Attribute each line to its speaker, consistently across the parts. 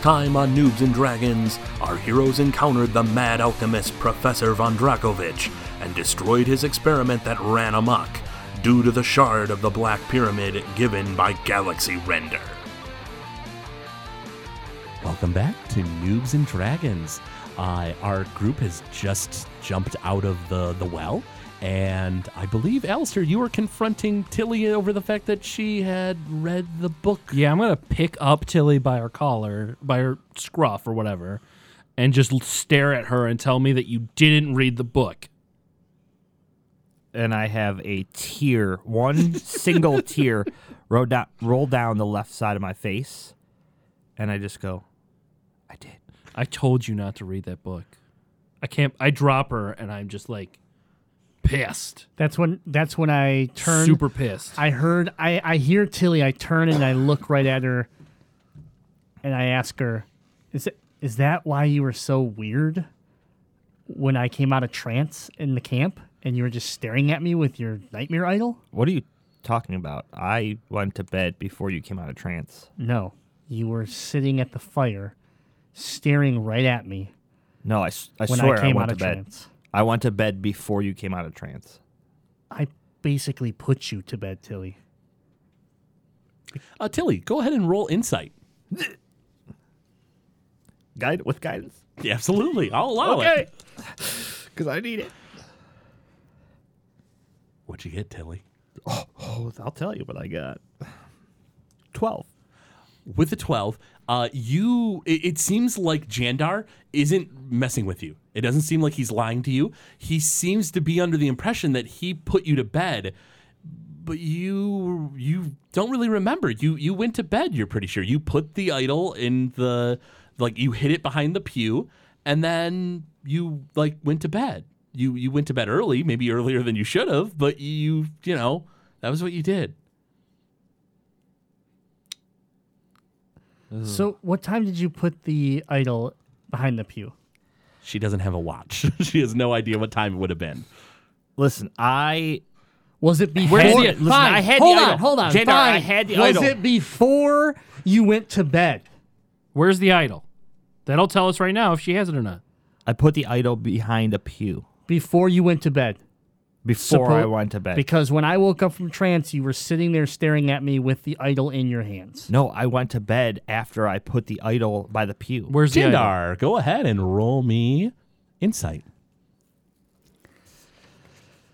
Speaker 1: time on Noobs and Dragons, our heroes encountered the mad alchemist Professor von Drakovich and destroyed his experiment that ran amok due to the shard of the Black Pyramid given by Galaxy Render.
Speaker 2: Welcome back to Noobs and Dragons. Uh, our group has just jumped out of the, the well, and I believe, Alistair, you were confronting Tilly over the fact that she had read the book.
Speaker 3: Yeah, I'm gonna pick up Tilly by her collar, by her scruff or whatever, and just l- stare at her and tell me that you didn't read the book.
Speaker 4: and I have a tear, one single tear, roll down, roll down the left side of my face, and I just go, "I did."
Speaker 3: I told you not to read that book. I can't. I drop her and I'm just like pissed,
Speaker 5: That's when that's when I turn.
Speaker 3: super pissed.
Speaker 5: I heard I I hear Tilly. I turn and I look right at her, and I ask her, "Is it is that why you were so weird when I came out of trance in the camp and you were just staring at me with your nightmare idol?"
Speaker 4: What are you talking about? I went to bed before you came out of trance.
Speaker 5: No, you were sitting at the fire, staring right at me
Speaker 4: No, I, s- I
Speaker 5: when
Speaker 4: swear
Speaker 5: I
Speaker 4: I
Speaker 5: came
Speaker 4: went
Speaker 5: out
Speaker 4: to
Speaker 5: of
Speaker 4: bed.
Speaker 5: trance.
Speaker 4: I went to bed before you came out of trance.
Speaker 5: I basically put you to bed, Tilly.
Speaker 2: Uh, Tilly, go ahead and roll insight.
Speaker 4: Guide with guidance
Speaker 2: Yeah, absolutely. I'll allow it.
Speaker 4: because I need it.
Speaker 2: What'd you get, Tilly?
Speaker 4: Oh, I'll tell you what I got. Twelve.
Speaker 2: With the 12, uh, you it, it seems like Jandar isn't messing with you. It doesn't seem like he's lying to you. He seems to be under the impression that he put you to bed, but you you don't really remember. You you went to bed, you're pretty sure. You put the idol in the like you hid it behind the pew and then you like went to bed. You you went to bed early, maybe earlier than you should have, but you you know, that was what you did.
Speaker 5: So, what time did you put the idol behind the pew?
Speaker 2: She doesn't have a watch. she has no idea what time it would have been.
Speaker 4: Listen, I
Speaker 5: Was it before?
Speaker 4: Where's the- listen, I had the
Speaker 5: hold on,
Speaker 4: idol.
Speaker 5: hold on.
Speaker 4: Jandar,
Speaker 5: fine.
Speaker 4: I had the
Speaker 5: was
Speaker 4: idol.
Speaker 5: it before you went to bed?
Speaker 3: Where's the idol? That'll tell us right now if she has it or not.
Speaker 4: I put the idol behind a pew
Speaker 5: Before you went to bed?
Speaker 4: before I
Speaker 5: Suppo-
Speaker 4: went to bed.
Speaker 5: Because when I woke up from trance, you were sitting there staring at me with the idol in your hands.
Speaker 4: No, I went to bed after I put the idol by the pew.
Speaker 3: Where's the idol?
Speaker 2: Jindar, go ahead and roll me insight.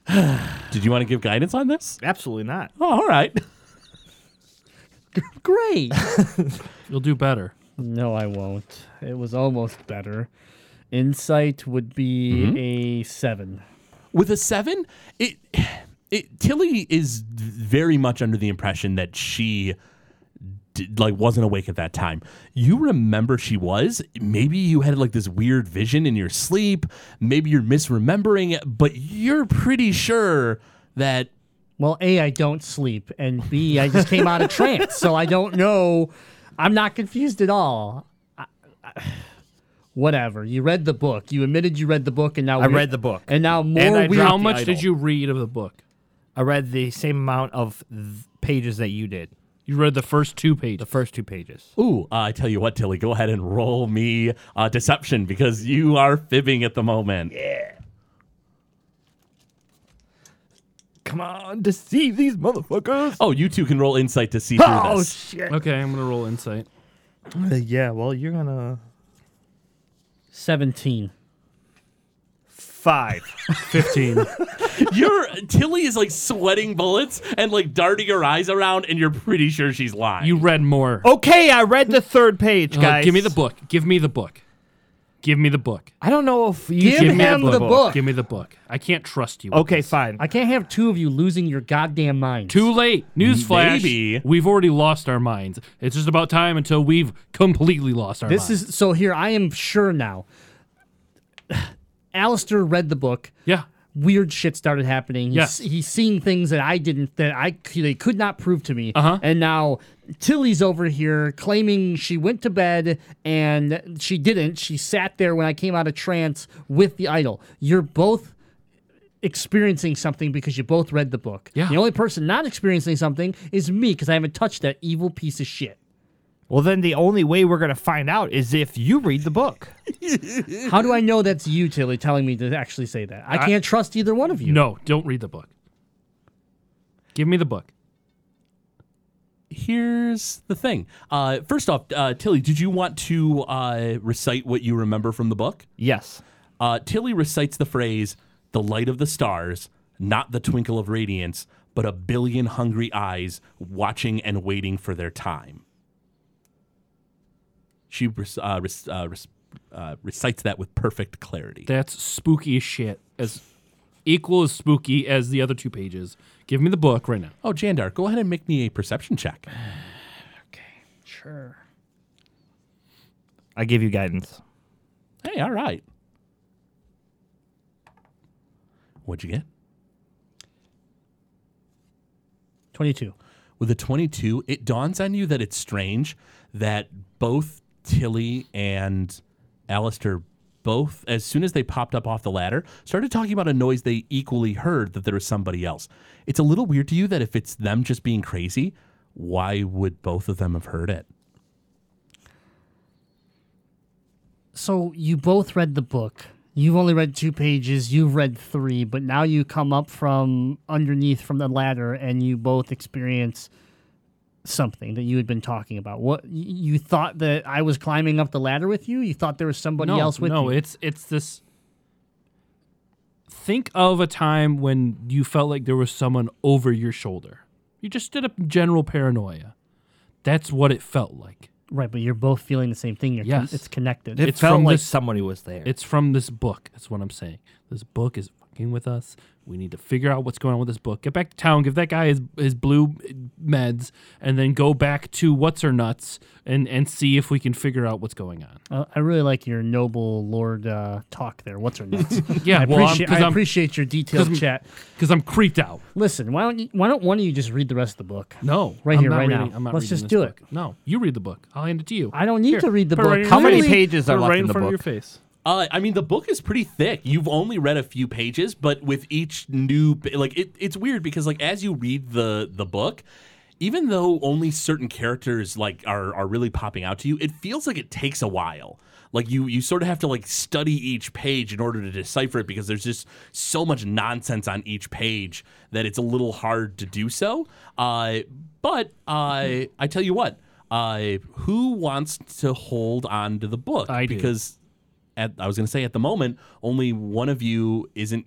Speaker 2: Did you want to give guidance on this?
Speaker 4: Absolutely not.
Speaker 2: Oh, all right.
Speaker 5: Great.
Speaker 3: You'll do better.
Speaker 5: no, I won't. It was almost better. Insight would be
Speaker 4: Mm-hmm.
Speaker 5: a seven.
Speaker 2: With a seven, it, it Tilly is very much under the impression that she d- like wasn't awake at that time. You remember she was. Maybe you had like this weird vision in your sleep. Maybe you're misremembering it, but you're pretty sure that
Speaker 5: Well, A, I don't sleep, and B, I just came out of trance, so I don't know. I'm not confused at all. I- I- whatever. You read the book. You admitted you read the book, and now
Speaker 4: I
Speaker 5: we're-
Speaker 4: read the book.
Speaker 5: And now more
Speaker 4: I
Speaker 5: weird.
Speaker 4: dropped
Speaker 3: How
Speaker 4: the
Speaker 3: much
Speaker 4: idol.
Speaker 3: did you read of the book?
Speaker 4: I read the same amount of th- pages that you did.
Speaker 3: You read the first two
Speaker 4: The
Speaker 3: pages.
Speaker 4: first two pages.
Speaker 2: Ooh, uh, I tell you what, Tilly, go ahead and roll me uh, deception because you are fibbing at the moment.
Speaker 4: Come on, deceive these motherfuckers.
Speaker 2: Oh, you two can roll insight to see through this.
Speaker 4: Oh, shit. Uh,
Speaker 3: Okay, I'm gonna roll insight.
Speaker 4: yeah, well, you're gonna
Speaker 5: 17.
Speaker 4: five.
Speaker 3: 15.
Speaker 2: You're Tilly is like sweating bullets and like darting her eyes around, and you're pretty sure she's lying.
Speaker 3: you read more.
Speaker 4: okay, I read the third page,
Speaker 3: Uh,
Speaker 4: guys.
Speaker 3: give me the book. Give me the book. Give me the book.
Speaker 4: I don't know if you
Speaker 5: Give
Speaker 4: should-
Speaker 5: me him the book.
Speaker 3: Give me the book. I can't trust you. with
Speaker 4: Okay,
Speaker 3: this.
Speaker 4: fine.
Speaker 5: I can't have two of you losing your goddamn minds.
Speaker 3: Too late. Newsflash.
Speaker 2: Maybe.
Speaker 3: We've already lost our minds. It's just about time until we've completely lost our
Speaker 5: This
Speaker 3: minds.
Speaker 5: is so here. I am sure now. Alistair read the book.
Speaker 3: Yeah.
Speaker 5: weird shit started happening. He's,
Speaker 3: Yes.
Speaker 5: he's seeing things that I didn't that I c- they could not prove to me.
Speaker 3: Uh-huh.
Speaker 5: And now Tilly's over here claiming she went to bed and she didn't. She sat there when I came out of trance with the idol. You're both experiencing something because you both read the book.
Speaker 3: Yeah.
Speaker 5: The only person not experiencing something is me because I haven't touched that evil piece of shit.
Speaker 4: Well, then the only way we're going to find out is if you read the book.
Speaker 5: How do I know that's you, Tilly, telling me to actually say that? I can't trust either one of you.
Speaker 3: No, don't read the book. Give me the book.
Speaker 2: Here's the thing. Uh, first off, uh, Tilly, did you want to uh, recite what you remember from the book?
Speaker 4: Yes.
Speaker 2: Uh, Tilly recites the phrase, the light of the stars, not the twinkle of radiance, but a billion hungry eyes watching and waiting for their time. She rec- uh, rec- uh, rec- uh, recites that with perfect clarity.
Speaker 3: That's spooky as shit. As equal as spooky as the other two pages. Give me the book right now.
Speaker 2: Oh, Jandar, go ahead and make me a perception check.
Speaker 5: Sure.
Speaker 4: I give you guidance.
Speaker 2: Hey, all right. What'd you get?
Speaker 5: 22.
Speaker 2: with a 22, it dawns on you that it's strange that both Tilly and Alistair both, as soon as they popped up off the ladder, started talking about a noise they equally heard that there was somebody else. It's a little weird to you that if it's them just being crazy, why would both of them have heard it?
Speaker 5: So you both read the book. You've only read two pages. You've read three, but now you come up from underneath from the ladder and you both experience something that you had been talking about. What y- you thought that I was climbing up the ladder with you? You thought there was somebody
Speaker 3: no,
Speaker 5: else with
Speaker 3: no,
Speaker 5: you?
Speaker 3: it's it's this. Think of a time when you felt like there was someone over your shoulder. You just did a general paranoia. That's what it felt like.
Speaker 5: right, but you're both feeling the same thing. You're con-
Speaker 3: Yes.
Speaker 5: it's connected.
Speaker 4: It
Speaker 3: It's
Speaker 4: felt
Speaker 3: from
Speaker 4: like
Speaker 3: this-
Speaker 4: somebody was there.
Speaker 3: It's from this book. That's what I'm saying. This book is fucking with us. We need to figure out what's going on with this book. Get back to town. Give that guy his, his blue meds, and then go back to what's her nuts and and see if we can figure out what's going on.
Speaker 5: Uh, I really like your noble lord uh, talk there. What's her name?
Speaker 3: Yeah,
Speaker 5: I,
Speaker 3: well, I'm-
Speaker 5: appreciate,
Speaker 3: 'cause
Speaker 5: I
Speaker 3: I'm-
Speaker 5: appreciate your detailed
Speaker 3: 'cause I'm-
Speaker 5: chat.
Speaker 3: Because I'm creeped out.
Speaker 5: Listen, why don't you, why don't one of you just read the rest of the book?
Speaker 3: No,
Speaker 5: Right
Speaker 3: I'm
Speaker 5: here,
Speaker 3: not
Speaker 5: right
Speaker 3: reading-
Speaker 5: now.
Speaker 3: I'm not
Speaker 5: Let's
Speaker 3: reading
Speaker 5: just
Speaker 3: this
Speaker 5: do
Speaker 3: book. No, you read the book. I'll hand it to you.
Speaker 5: I don't need to read the
Speaker 3: put it
Speaker 5: book.
Speaker 3: right in
Speaker 5: How
Speaker 4: How many
Speaker 5: many-
Speaker 4: pages
Speaker 3: Put
Speaker 4: are
Speaker 3: it
Speaker 4: left
Speaker 3: right
Speaker 4: in the
Speaker 3: front
Speaker 4: book?
Speaker 3: of your face.
Speaker 2: Uh, I mean, the book is pretty thick. You've only read a few pages, but with each new, pa- like, it, it's weird because, like, as you read the the book, even though only certain characters like are are really popping out to you, it feels like it takes a while. Like you you sort of have to like study each page in order to decipher it because there's just so much nonsense on each page that it's a little hard to do so. Uh, but I I tell you what, uh, who wants to hold on to the book?
Speaker 3: I do.
Speaker 2: because at, I was going to say at the moment, only one of you isn't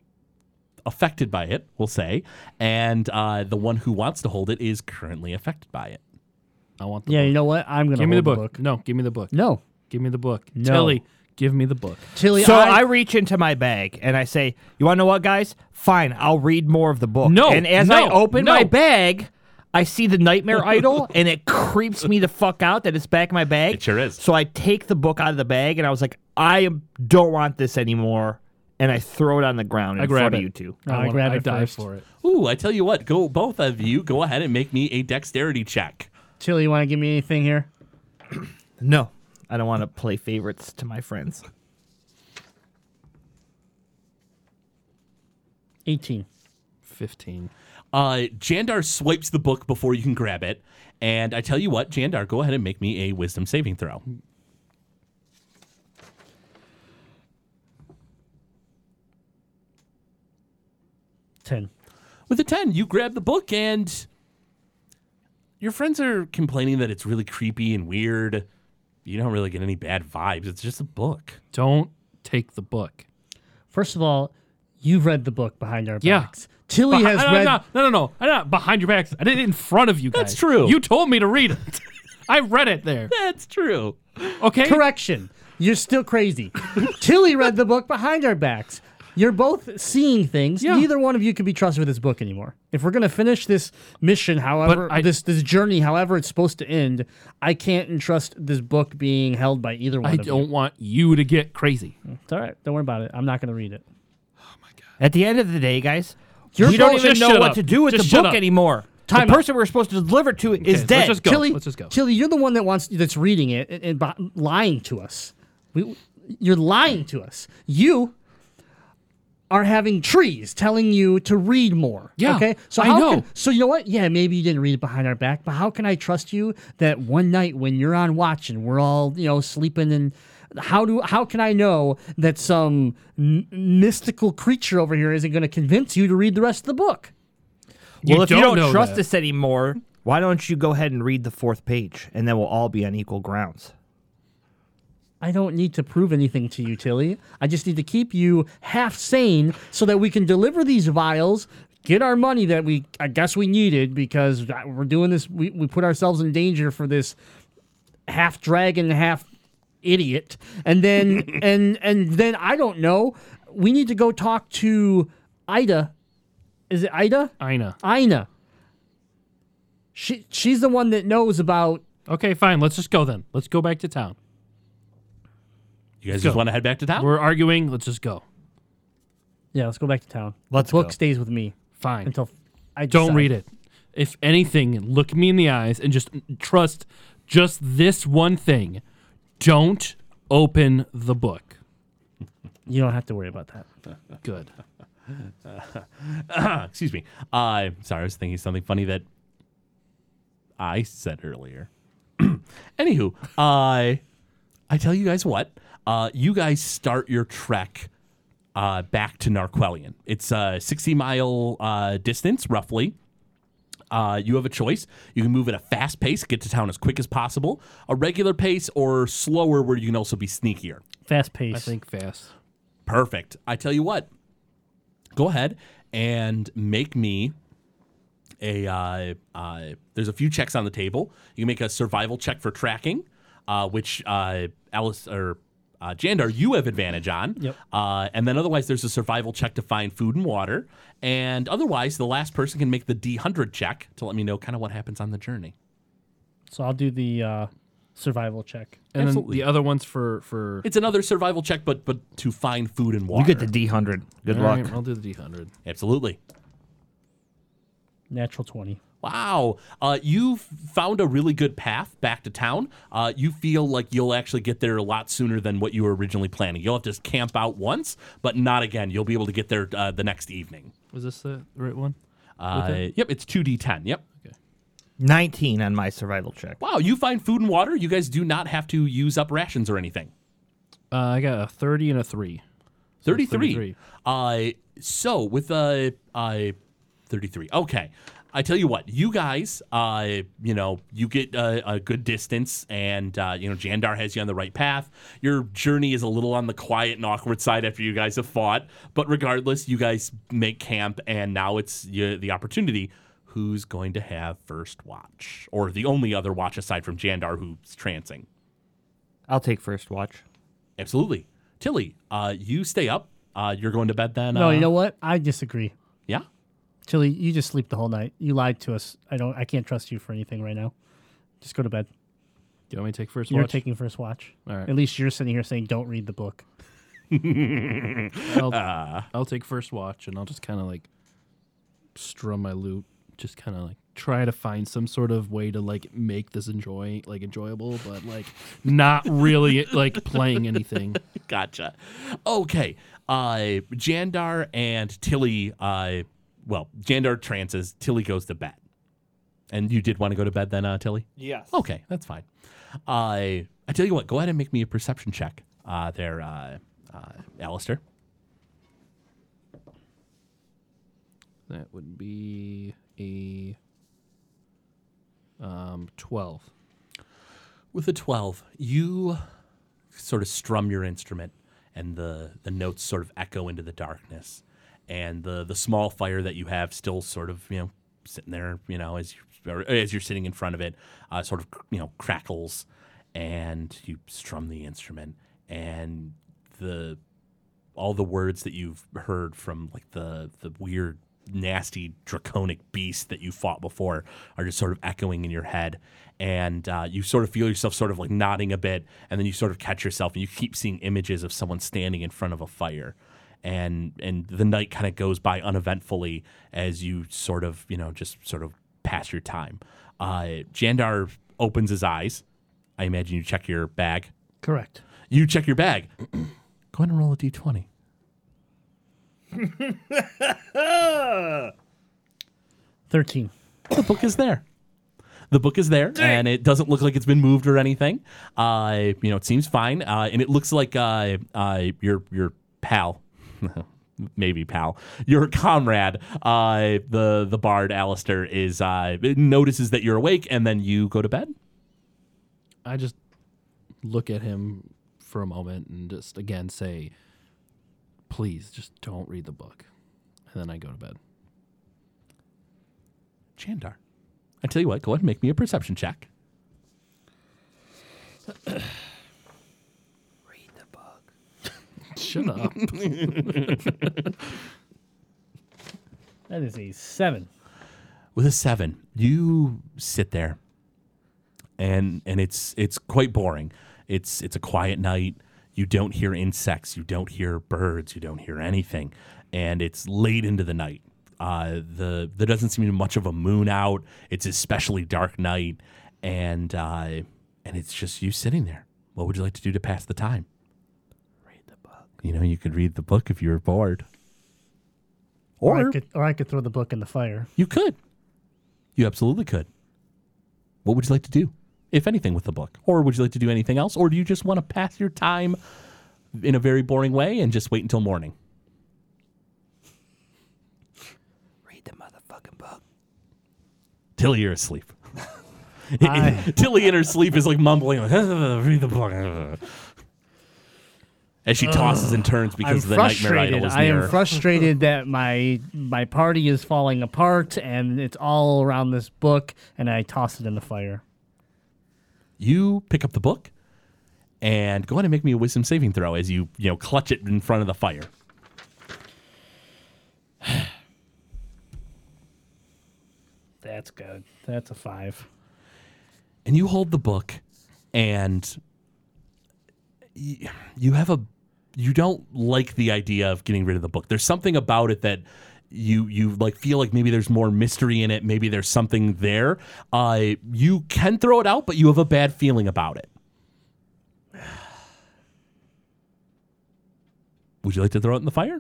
Speaker 2: affected by it, we'll say, and uh, the one who wants to hold it is currently affected by it.
Speaker 3: I want the
Speaker 5: Yeah,
Speaker 3: book.
Speaker 5: you know what? I'm gonna
Speaker 3: Give me the
Speaker 5: hold
Speaker 3: book. No, give me the book.
Speaker 5: No,
Speaker 3: Give me the book.
Speaker 5: No.
Speaker 3: Tilly, give me the book.
Speaker 5: Tilly.
Speaker 4: So I,
Speaker 5: I,
Speaker 4: reach into my bag and I say, "You want to know what, guys? Fine, I'll read more of the book."
Speaker 3: No,
Speaker 4: And as
Speaker 3: no,
Speaker 4: I open
Speaker 3: no.
Speaker 4: my bag, I see the Nightmare Idol, and it creeps me the fuck out that it's back in my bag.
Speaker 2: It sure is.
Speaker 4: So I take the book out of the bag, and I was like, "I am- don't want this anymore," and I throw it on the ground in
Speaker 3: I grab
Speaker 4: front
Speaker 3: it.
Speaker 4: of you two.
Speaker 5: I
Speaker 3: want-
Speaker 5: grab
Speaker 3: I
Speaker 5: it
Speaker 3: dive
Speaker 5: first.
Speaker 3: for it.
Speaker 2: Ooh, I tell you what, go both of you, go ahead and make me a dexterity check.
Speaker 5: Tilly, you want to give me anything here?
Speaker 4: No, I don't want to play favorites to my friends.
Speaker 5: 18.
Speaker 3: Fifteen.
Speaker 2: Uh, Jandar swipes the book before you can grab it, and I tell you what, Jandar, go ahead and make me a wisdom saving throw.
Speaker 5: Ten.
Speaker 2: with a 10 you grab the book and your friends are complaining that it's really creepy and weird you don't really get any bad vibes it's just a book
Speaker 3: Don't take the book.
Speaker 5: First of all, you've read the book behind our
Speaker 3: Yeah.
Speaker 5: backs. Tilly
Speaker 3: Behi-
Speaker 5: has
Speaker 3: no, no,
Speaker 5: read.
Speaker 3: No, no, no, no. I'm not behind your backs. I did it in front of you guys.
Speaker 2: That's true.
Speaker 3: You told me to read it. I read it there.
Speaker 2: that's true
Speaker 3: Okay.
Speaker 5: Correction. You're still crazy. Tilly read the book behind our backs. You're both seeing things.
Speaker 3: Yeah.
Speaker 5: Neither one of you can be trusted with this book anymore. If we're gonna finish this mission, however,
Speaker 3: I-
Speaker 5: this this journey, however it's supposed to end, I can't entrust this book being held by either one
Speaker 3: I
Speaker 5: of you.
Speaker 3: don't want you to get crazy.
Speaker 5: It's all right. Don't worry about it. I'm not gonna read it.
Speaker 4: At the end of the day, guys,
Speaker 5: You're
Speaker 4: we don't
Speaker 5: both-
Speaker 4: even
Speaker 3: just
Speaker 4: know
Speaker 3: shut
Speaker 4: what
Speaker 3: up.
Speaker 4: to do with
Speaker 3: Just
Speaker 4: the
Speaker 3: shut
Speaker 4: book
Speaker 3: up.
Speaker 4: anymore.
Speaker 5: Time
Speaker 4: the
Speaker 5: out.
Speaker 4: person we're supposed to deliver to is
Speaker 3: let's
Speaker 4: dead.
Speaker 3: just go.
Speaker 5: Tilly,
Speaker 3: Let's just go.
Speaker 5: Tilly, you're the one that wants that's reading it and, and bo- lying to us. We, you're lying to us. You are having trees telling you to read more.
Speaker 3: Yeah,
Speaker 5: Okay. So
Speaker 3: I
Speaker 5: how
Speaker 3: know.
Speaker 5: Can, so you know what? Yeah, maybe you didn't read it behind our back, but how can I trust you that one night when you're on watch and we're all you know sleeping and how do how can I know that some m- mystical creature over here isn't going to convince you to read the rest of the book?
Speaker 3: You
Speaker 4: well, if you
Speaker 3: don't
Speaker 4: don't
Speaker 3: know
Speaker 4: trust
Speaker 3: that.
Speaker 4: us anymore, why don't you go ahead and read the fourth page, and then we'll all be on equal grounds.
Speaker 5: I don't need to prove anything to you, Tilly. I just need to keep you half sane so that we can deliver these vials, get our money that we, I guess, we needed because we're doing this. We, we put ourselves in danger for this half dragon, half idiot. And then, and, and then I don't know. We need to go talk to Ida. Is it Ida?
Speaker 3: Ina.
Speaker 5: Ina. She, she's the one that knows about
Speaker 3: Okay, fine. Let's just go then. Let's go back to town.
Speaker 2: You guys
Speaker 3: go.
Speaker 2: just want to head back to town?
Speaker 3: We're arguing. Let's just go.
Speaker 5: yeah. Let's go back to town.
Speaker 4: Let's
Speaker 5: book
Speaker 4: go.
Speaker 5: stays with me
Speaker 3: Fine.
Speaker 5: until I
Speaker 3: Don't
Speaker 5: decide.
Speaker 3: read it. If anything, look me in the eyes and just trust just this one thing. Don't open the book.
Speaker 5: You don't have to worry about that.
Speaker 3: Good.
Speaker 2: Ah, Excuse me. Uh, sorry, I was thinking something funny that I said earlier. Anywho, I I tell you guys what. Uh, you guys start your trek uh, back to Narquelion. It's a 60 mile uh, distance, roughly. Uh, you have a choice. You can move at a fast pace, get to town as quick as possible, a regular pace, or slower, where you can also be sneakier.
Speaker 5: Fast pace.
Speaker 3: I think fast.
Speaker 2: Perfect. I tell you what, go ahead and make me a. Uh, uh, there's a few checks on the table. You can make a survival check for tracking, uh, which uh, Alice or uh, Jandar, you have advantage on.
Speaker 5: Yep.
Speaker 2: Uh, and then otherwise, there's a survival check to find food and water. And otherwise, the last person can make the D100 check to let me know kind of what happens on the journey.
Speaker 5: So I'll do the uh, survival check.
Speaker 3: And
Speaker 2: Absolutely.
Speaker 3: then the other ones for for.
Speaker 2: It's another survival check, but but to find food and water.
Speaker 4: You get the D hundred. Good
Speaker 3: All
Speaker 4: luck.
Speaker 3: right, I'll do the D hundred.
Speaker 2: Absolutely.
Speaker 5: Natural 20.
Speaker 2: Wow. Uh, you found a really good path back to town. Uh, you feel like you'll actually get there a lot sooner than what you were originally planning. You'll have to camp out once, but not again. You'll be able to get there uh, the next evening.
Speaker 3: Was this the right one?
Speaker 2: Uh, Yep, it's 2d10. Yep.
Speaker 4: Nineteen on my survival check.
Speaker 2: Wow, you find food and water. You guys do not have to use up rations or anything.
Speaker 3: Uh, I got a thirty and a three.
Speaker 2: 33.
Speaker 3: 33.
Speaker 2: Uh, so with a uh, uh, 33. Okay. I tell you what, you guys, uh, you know, you get uh, a good distance, and uh, you know Jandar has you on the right path. Your journey is a little on the quiet and awkward side after you guys have fought, but regardless, you guys make camp, and now it's you, the opportunity. Who's going to have first watch, or the only other watch aside from Jandar, who's trancing?
Speaker 4: I'll take first watch.
Speaker 2: Absolutely, Tilly. Uh, you stay up. Uh, you're going to bed then.
Speaker 5: No,
Speaker 2: uh,
Speaker 5: you know what? I disagree.
Speaker 2: Yeah.
Speaker 5: Tilly, you just sleep the whole night. You lied to us. I don't. I can't trust you for anything right now. Just go to bed.
Speaker 3: Do you want me to take first?
Speaker 5: You're
Speaker 3: watch?
Speaker 5: taking first watch.
Speaker 3: All right.
Speaker 5: At least you're sitting here saying, "Don't read the book."
Speaker 3: I'll, I'll take first watch, and I'll just kind of like strum my loot. Just kind of like try to find some sort of way to like make this enjoy like enjoyable, but like not really like playing anything.
Speaker 2: Gotcha. Okay. Uh, Jandar and Tilly. Uh, well, Jandar trances. Tilly goes to bed. And you did want to go to bed then, uh, Tilly?
Speaker 4: Yes.
Speaker 2: Okay, that's fine. I I tell you what. Go ahead and make me a perception check. Uh, there, uh, uh, Alistair.
Speaker 3: That would be a um twelve.
Speaker 2: With a 12, you sort of strum your instrument, and the, the notes sort of echo into the darkness. And the, the small fire that you have still sort of, you know, sitting there, you know, as, you, or as you're sitting in front of it, uh, sort of, you know, crackles. And you strum the instrument, and the all the words that you've heard from like the the weird nasty draconic beast that you fought before are just sort of echoing in your head and uh, you sort of feel yourself sort of like nodding a bit and then you sort of catch yourself and you keep seeing images of someone standing in front of a fire and and the night kind of goes by uneventfully as you sort of you know just sort of pass your time uh, jandar opens his eyes i imagine you check your bag
Speaker 5: Correct.
Speaker 2: you check your bag go ahead and roll a d20
Speaker 5: Thirteen.
Speaker 2: the book is there. The book is there, and it doesn't look like it's been moved or anything. Uh, you know, it seems fine, uh, and it looks like uh, uh, your your pal, maybe pal, your comrade, uh, the the bard Alistair is uh, notices that you're awake, and then you go to bed.
Speaker 3: I just look at him for a moment and just again say, please, just don't read the book. And then I go to bed.
Speaker 2: Chandar, I tell you what, go ahead and make me a perception check.
Speaker 3: Shut up.
Speaker 5: That is a seven.
Speaker 2: with a seven, you sit there, and and it's it's quite boring. It's it's a quiet night. You don't hear insects. You don't hear birds. You don't hear anything, and it's late into the night. Uh, the there doesn't seem to be much of a moon out. It's especially dark night, and uh, and it's just you sitting there. What would you like to do to pass the time? Read the book. You know, you could read the book if you were bored.
Speaker 5: Or I could, or I could throw the book in the fire.
Speaker 2: You could. You absolutely could. What would you like to do, if anything, with the book? Or would you like to do anything else? Or do you just want to pass your time in a very boring way and just wait until morning?
Speaker 4: Read the motherfucking book.
Speaker 2: Till you're asleep. Tilly in her sleep is like mumbling, like, "Ah, read the book. As she tosses and turns because
Speaker 5: I'm
Speaker 2: the nightmare idol
Speaker 5: frustrated.
Speaker 2: is
Speaker 5: I
Speaker 2: near.
Speaker 5: am frustrated that my my party is falling apart and it's all around this book and I toss it in the fire.
Speaker 2: you pick up the book and go ahead and make me a wisdom saving throw as you, you know, clutch it in front of the fire.
Speaker 5: That's good. That's a five.
Speaker 2: and you hold the book and y- you have a you don't like the idea of getting rid of the book there's something about it that you you like feel like maybe there's more mystery in it maybe there's something there uh, you can throw it out but you have a bad feeling about it would you like to throw it in the fire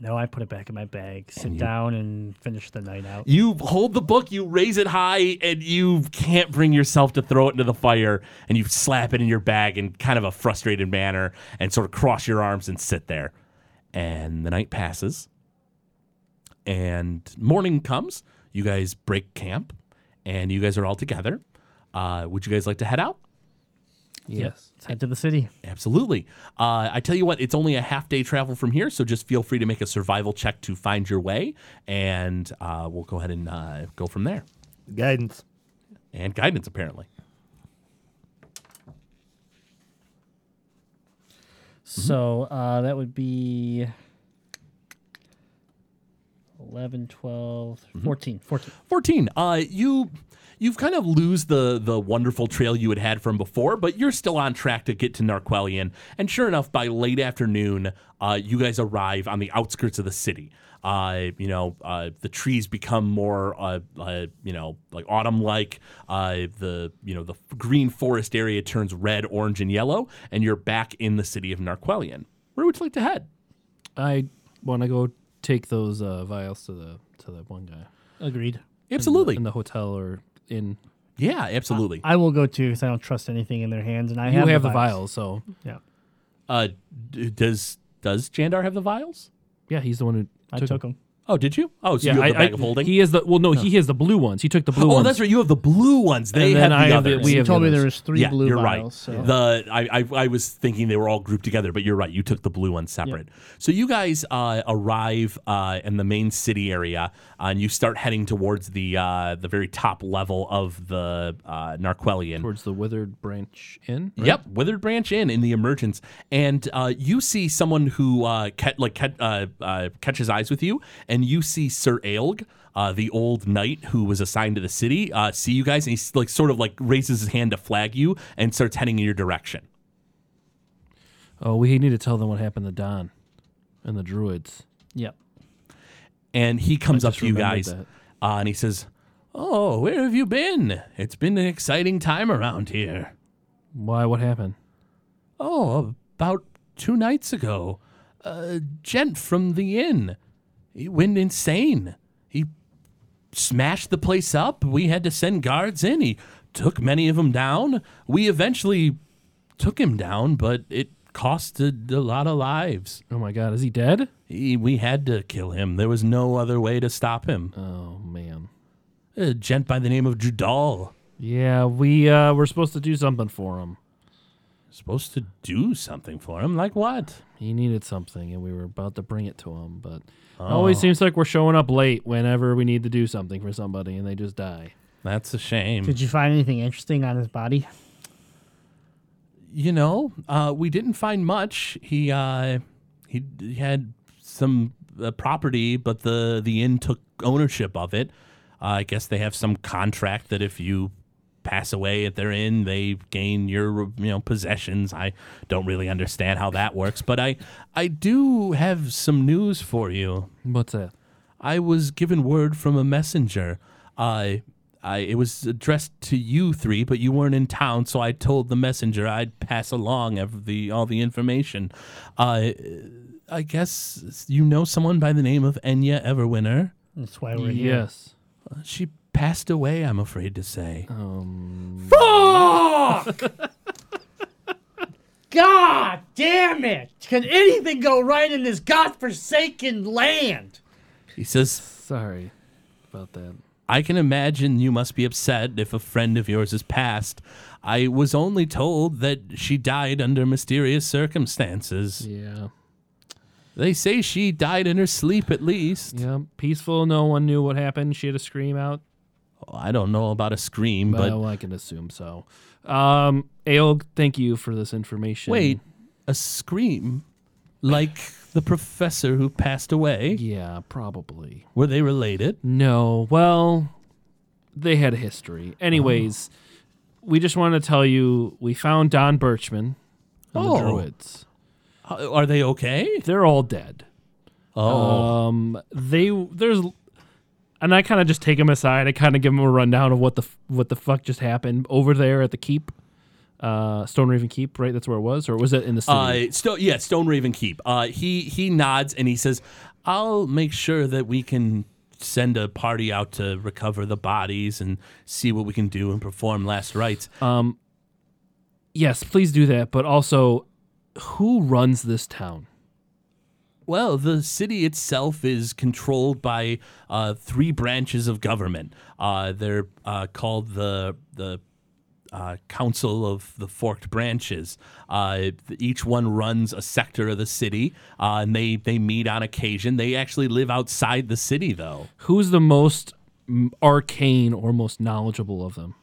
Speaker 5: No, I put it back in my bag, sit down, and finish the night out.
Speaker 2: You hold the book, you raise it high, and you can't bring yourself to throw it into the fire, and you slap it in your bag in kind of a frustrated manner and sort of cross your arms and sit there. And the night passes, and morning comes. You guys break camp, and you guys are all together. Uh, would you guys like to head out?
Speaker 3: yes.
Speaker 5: Let's head to the city.
Speaker 2: Mm-hmm. Absolutely. Uh, I tell you what, it's only a half day travel from here, so just feel free to make a survival check to find your way, and uh, we'll go ahead and uh, go from there.
Speaker 4: Guidance.
Speaker 2: and guidance apparently.
Speaker 5: So uh, that would be 11, 12,
Speaker 2: Mm-hmm.
Speaker 5: 14. 14.
Speaker 2: 14. Uh you you've kind of lose the the wonderful trail you had had from before, but you're still on track to get to Narquelion. And sure enough, by late afternoon, uh, you guys arrive on the outskirts of the city. Uh, you know, uh, the trees become more, uh, uh, you know, like autumn-like. Uh, the you know the green forest area turns red, orange, and yellow, and you're back in the city of Narquelion. Where would you like to head?
Speaker 3: I want to go take those uh, vials to the to the one guy.
Speaker 5: Agreed.
Speaker 2: Absolutely,
Speaker 3: In the hotel or in.
Speaker 2: yeah, absolutely.
Speaker 5: I will go too because I don't trust anything in their hands, and I
Speaker 3: You
Speaker 5: have,
Speaker 3: have
Speaker 5: the
Speaker 3: the vials, so.
Speaker 5: Yeah,
Speaker 2: Uh, d- does does Jandar have the vials?
Speaker 3: Yeah, he's the one who
Speaker 5: I
Speaker 3: took,
Speaker 5: took them.
Speaker 2: Oh, did you? Oh, so
Speaker 3: Yeah,
Speaker 2: you have the
Speaker 3: I- I-
Speaker 2: bag of holding.
Speaker 3: He has the well, no, he has the blue ones. He took the blue
Speaker 2: oh,
Speaker 3: ones.
Speaker 2: that's right. You have the blue ones. They
Speaker 3: And
Speaker 2: have
Speaker 3: then
Speaker 2: the
Speaker 3: I have the-
Speaker 2: others.
Speaker 3: we
Speaker 5: you
Speaker 3: have
Speaker 5: told me
Speaker 3: others.
Speaker 5: there was three
Speaker 2: yeah,
Speaker 5: blue
Speaker 2: you're
Speaker 5: vials.
Speaker 2: right.
Speaker 5: So
Speaker 2: The I, I I was thinking they were all grouped together, but you're right. You took the blue one separate. So you guys uh, arrive uh, in the main city area, uh, and you start heading towards the uh, the very top level of the uh, Narquelion.
Speaker 3: towards the withered branch inn. right?
Speaker 2: Yep, Withered Branch Inn in the emergence, and uh, you see someone who uh, ca- like ca- uh, uh, catches eyes with you, and you see Sir Aelg, uh, the old knight who was assigned to the city, uh, see you guys, and he's like sort of like raises his hand to flag you and starts heading in your direction.
Speaker 3: Oh, we need to tell them what happened to Don and the druids.
Speaker 5: yep.
Speaker 2: And he comes
Speaker 3: I
Speaker 2: up
Speaker 3: just
Speaker 2: to you
Speaker 3: remembered
Speaker 2: guys, uh,
Speaker 3: that.
Speaker 2: and he says, "Oh, where have you been? It's been an exciting time around here."
Speaker 3: Why? What happened?
Speaker 2: Oh, about two nights ago, a gent from the inn he went insane. He smashed the place up. We had to send guards in. He took many of them down. We eventually took him down, but it costed a lot of lives.
Speaker 3: Oh my God, is he dead?
Speaker 2: He, we had to kill him. There was no other way to stop him.
Speaker 3: Oh man.
Speaker 2: A gent by the name of Judal
Speaker 3: Yeah, we uh, were supposed to do something for him.
Speaker 2: supposed to do something for him. Like what?
Speaker 3: He needed something, and we were about to bring it to him, but it always seems like we're showing up late whenever we need to do something for somebody, and they just die.
Speaker 2: That's a shame.
Speaker 5: Did you find anything interesting on his body?
Speaker 2: you know, uh, we didn't find much. He uh, he d- had some uh, property, but the the inn took ownership of it. Uh, I guess they have some contract that if you pass away at their inn, they gain your you know possessions. I don't really understand how that works, but I I do have some news for you.
Speaker 3: What's that?
Speaker 2: I was given word from a messenger. I, I, it was addressed to you three, but you weren't in town, so I told the messenger I'd pass along of the all the information. I, I guess you know someone by the name of Enya Everwinter.
Speaker 5: That's why we're here.
Speaker 3: Yes.
Speaker 2: She passed away. I'm afraid to say.
Speaker 5: God damn it! Can anything go right in this godforsaken land?
Speaker 2: He says,
Speaker 3: Sorry about that.
Speaker 2: I can imagine you must be upset if a friend of yours has passed. I was only told that she died under mysterious circumstances.
Speaker 3: Yeah.
Speaker 2: They say she died in her sleep, at least.
Speaker 3: Yeah. Peaceful. No one knew what happened. She had a scream out.
Speaker 2: Oh, I don't know about a scream, but
Speaker 3: Well, I can assume so. Um, Ailg, thank you for this information.
Speaker 2: wait, a scream? Like the professor who passed away?
Speaker 3: Yeah, probably.
Speaker 2: Were they related?
Speaker 3: No. Well, they had a history. Anyways, we just want to tell you we found Don Birchman and
Speaker 2: Oh.
Speaker 3: the Druids.
Speaker 2: Uh, Are they okay?
Speaker 3: They're all dead.
Speaker 2: Oh,
Speaker 3: Um, they there's, and I kind of just take them aside. I kind of give them a rundown of what the f- what the fuck just happened over there at the keep, uh, Stone Raven Keep. Right, that's where it was, or was it in the city?
Speaker 2: uh, Sto- yeah, Stone Raven Keep. Uh, he he nods and he says, "I'll make sure that we can send a party out to recover the bodies and see what we can do and perform last rites."
Speaker 3: yes, please do that. But also, who runs this town?
Speaker 2: Well, the city itself is controlled by uh, three branches of government. Uh, they're uh, called the the uh, Council of the Forked Branches. Uh, th- each one runs a sector of the city, uh, and they they meet on occasion. They actually live outside the city, though.
Speaker 3: Who's the most mm, arcane or most knowledgeable of them?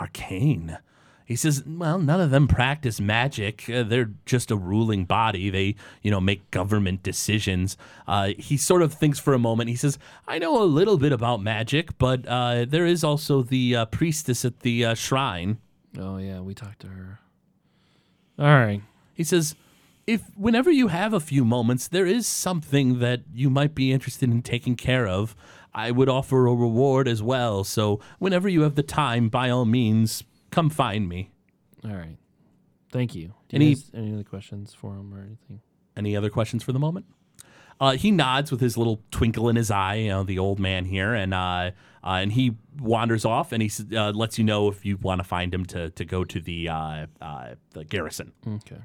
Speaker 2: Arcane. He says, "Well, none of them practice magic. Uh, they're just a ruling body. They, you know, make government decisions." Uh, he sort of thinks for a moment. He says, "I know a little bit about magic, but uh, there is also the uh, priestess at the uh, shrine."
Speaker 3: Oh yeah, we talked to her. All right.
Speaker 2: He says, "If whenever you have a few moments, there is something that you might be interested in taking care of, I would offer a reward as well. So whenever you have the time, by all means, come find me."
Speaker 3: All right. Thank you. Do you
Speaker 2: Any-
Speaker 3: guys- any other questions for him or anything?
Speaker 2: Any other questions for the moment? Uh, he nods with his little twinkle in his eye, you know, the old man here, and uh, uh, and he wanders off, and he s- uh, lets you know if you want to find him to to go to the uh, uh, the garrison,
Speaker 3: Okay.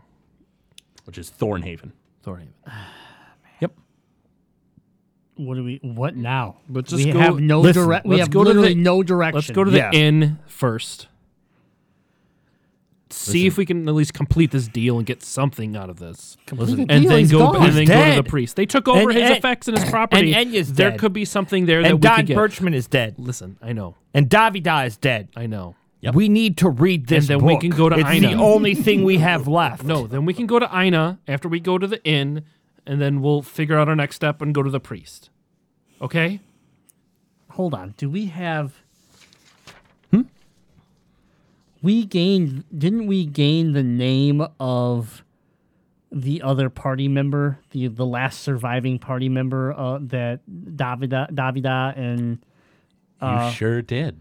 Speaker 2: which is Thornhaven.
Speaker 3: Thornhaven.
Speaker 5: What do we? What now?
Speaker 3: Let's
Speaker 5: we have no
Speaker 4: listen,
Speaker 5: direct. We
Speaker 3: let's
Speaker 5: have
Speaker 3: go to
Speaker 5: literally
Speaker 3: the-
Speaker 5: no direction.
Speaker 3: Let's go to
Speaker 4: Yeah.
Speaker 3: the inn first. See if we can at least complete this deal and get something out of this,
Speaker 5: Complete the
Speaker 3: and
Speaker 5: deal,
Speaker 3: then
Speaker 5: he's
Speaker 3: go
Speaker 5: gone.
Speaker 3: and then
Speaker 4: He's
Speaker 3: go to
Speaker 4: dead.
Speaker 3: the priest. They took over
Speaker 4: And-
Speaker 3: his
Speaker 4: and-
Speaker 3: effects and his property.
Speaker 4: and Enya's
Speaker 3: there
Speaker 4: dead.
Speaker 3: could be something there that
Speaker 4: And
Speaker 3: we
Speaker 4: Don
Speaker 3: could get.
Speaker 4: Birchman is dead.
Speaker 3: Listen, I know,
Speaker 4: And Davida is dead.
Speaker 3: I know.
Speaker 4: We need to read this
Speaker 3: And then we
Speaker 4: book.
Speaker 3: can go to
Speaker 4: It's the
Speaker 3: Ina.
Speaker 4: only thing we have left.
Speaker 3: No, then we can go to Ina after we go to the inn, and then we'll figure out our next step and go to the priest. Okay.
Speaker 5: Hold on. Do we have?
Speaker 3: Hmm?
Speaker 5: We gained. Didn't we gain the name of the other party member, the the last surviving party member uh, that Davida, Davida, and
Speaker 3: Uh-huh.
Speaker 2: you sure did.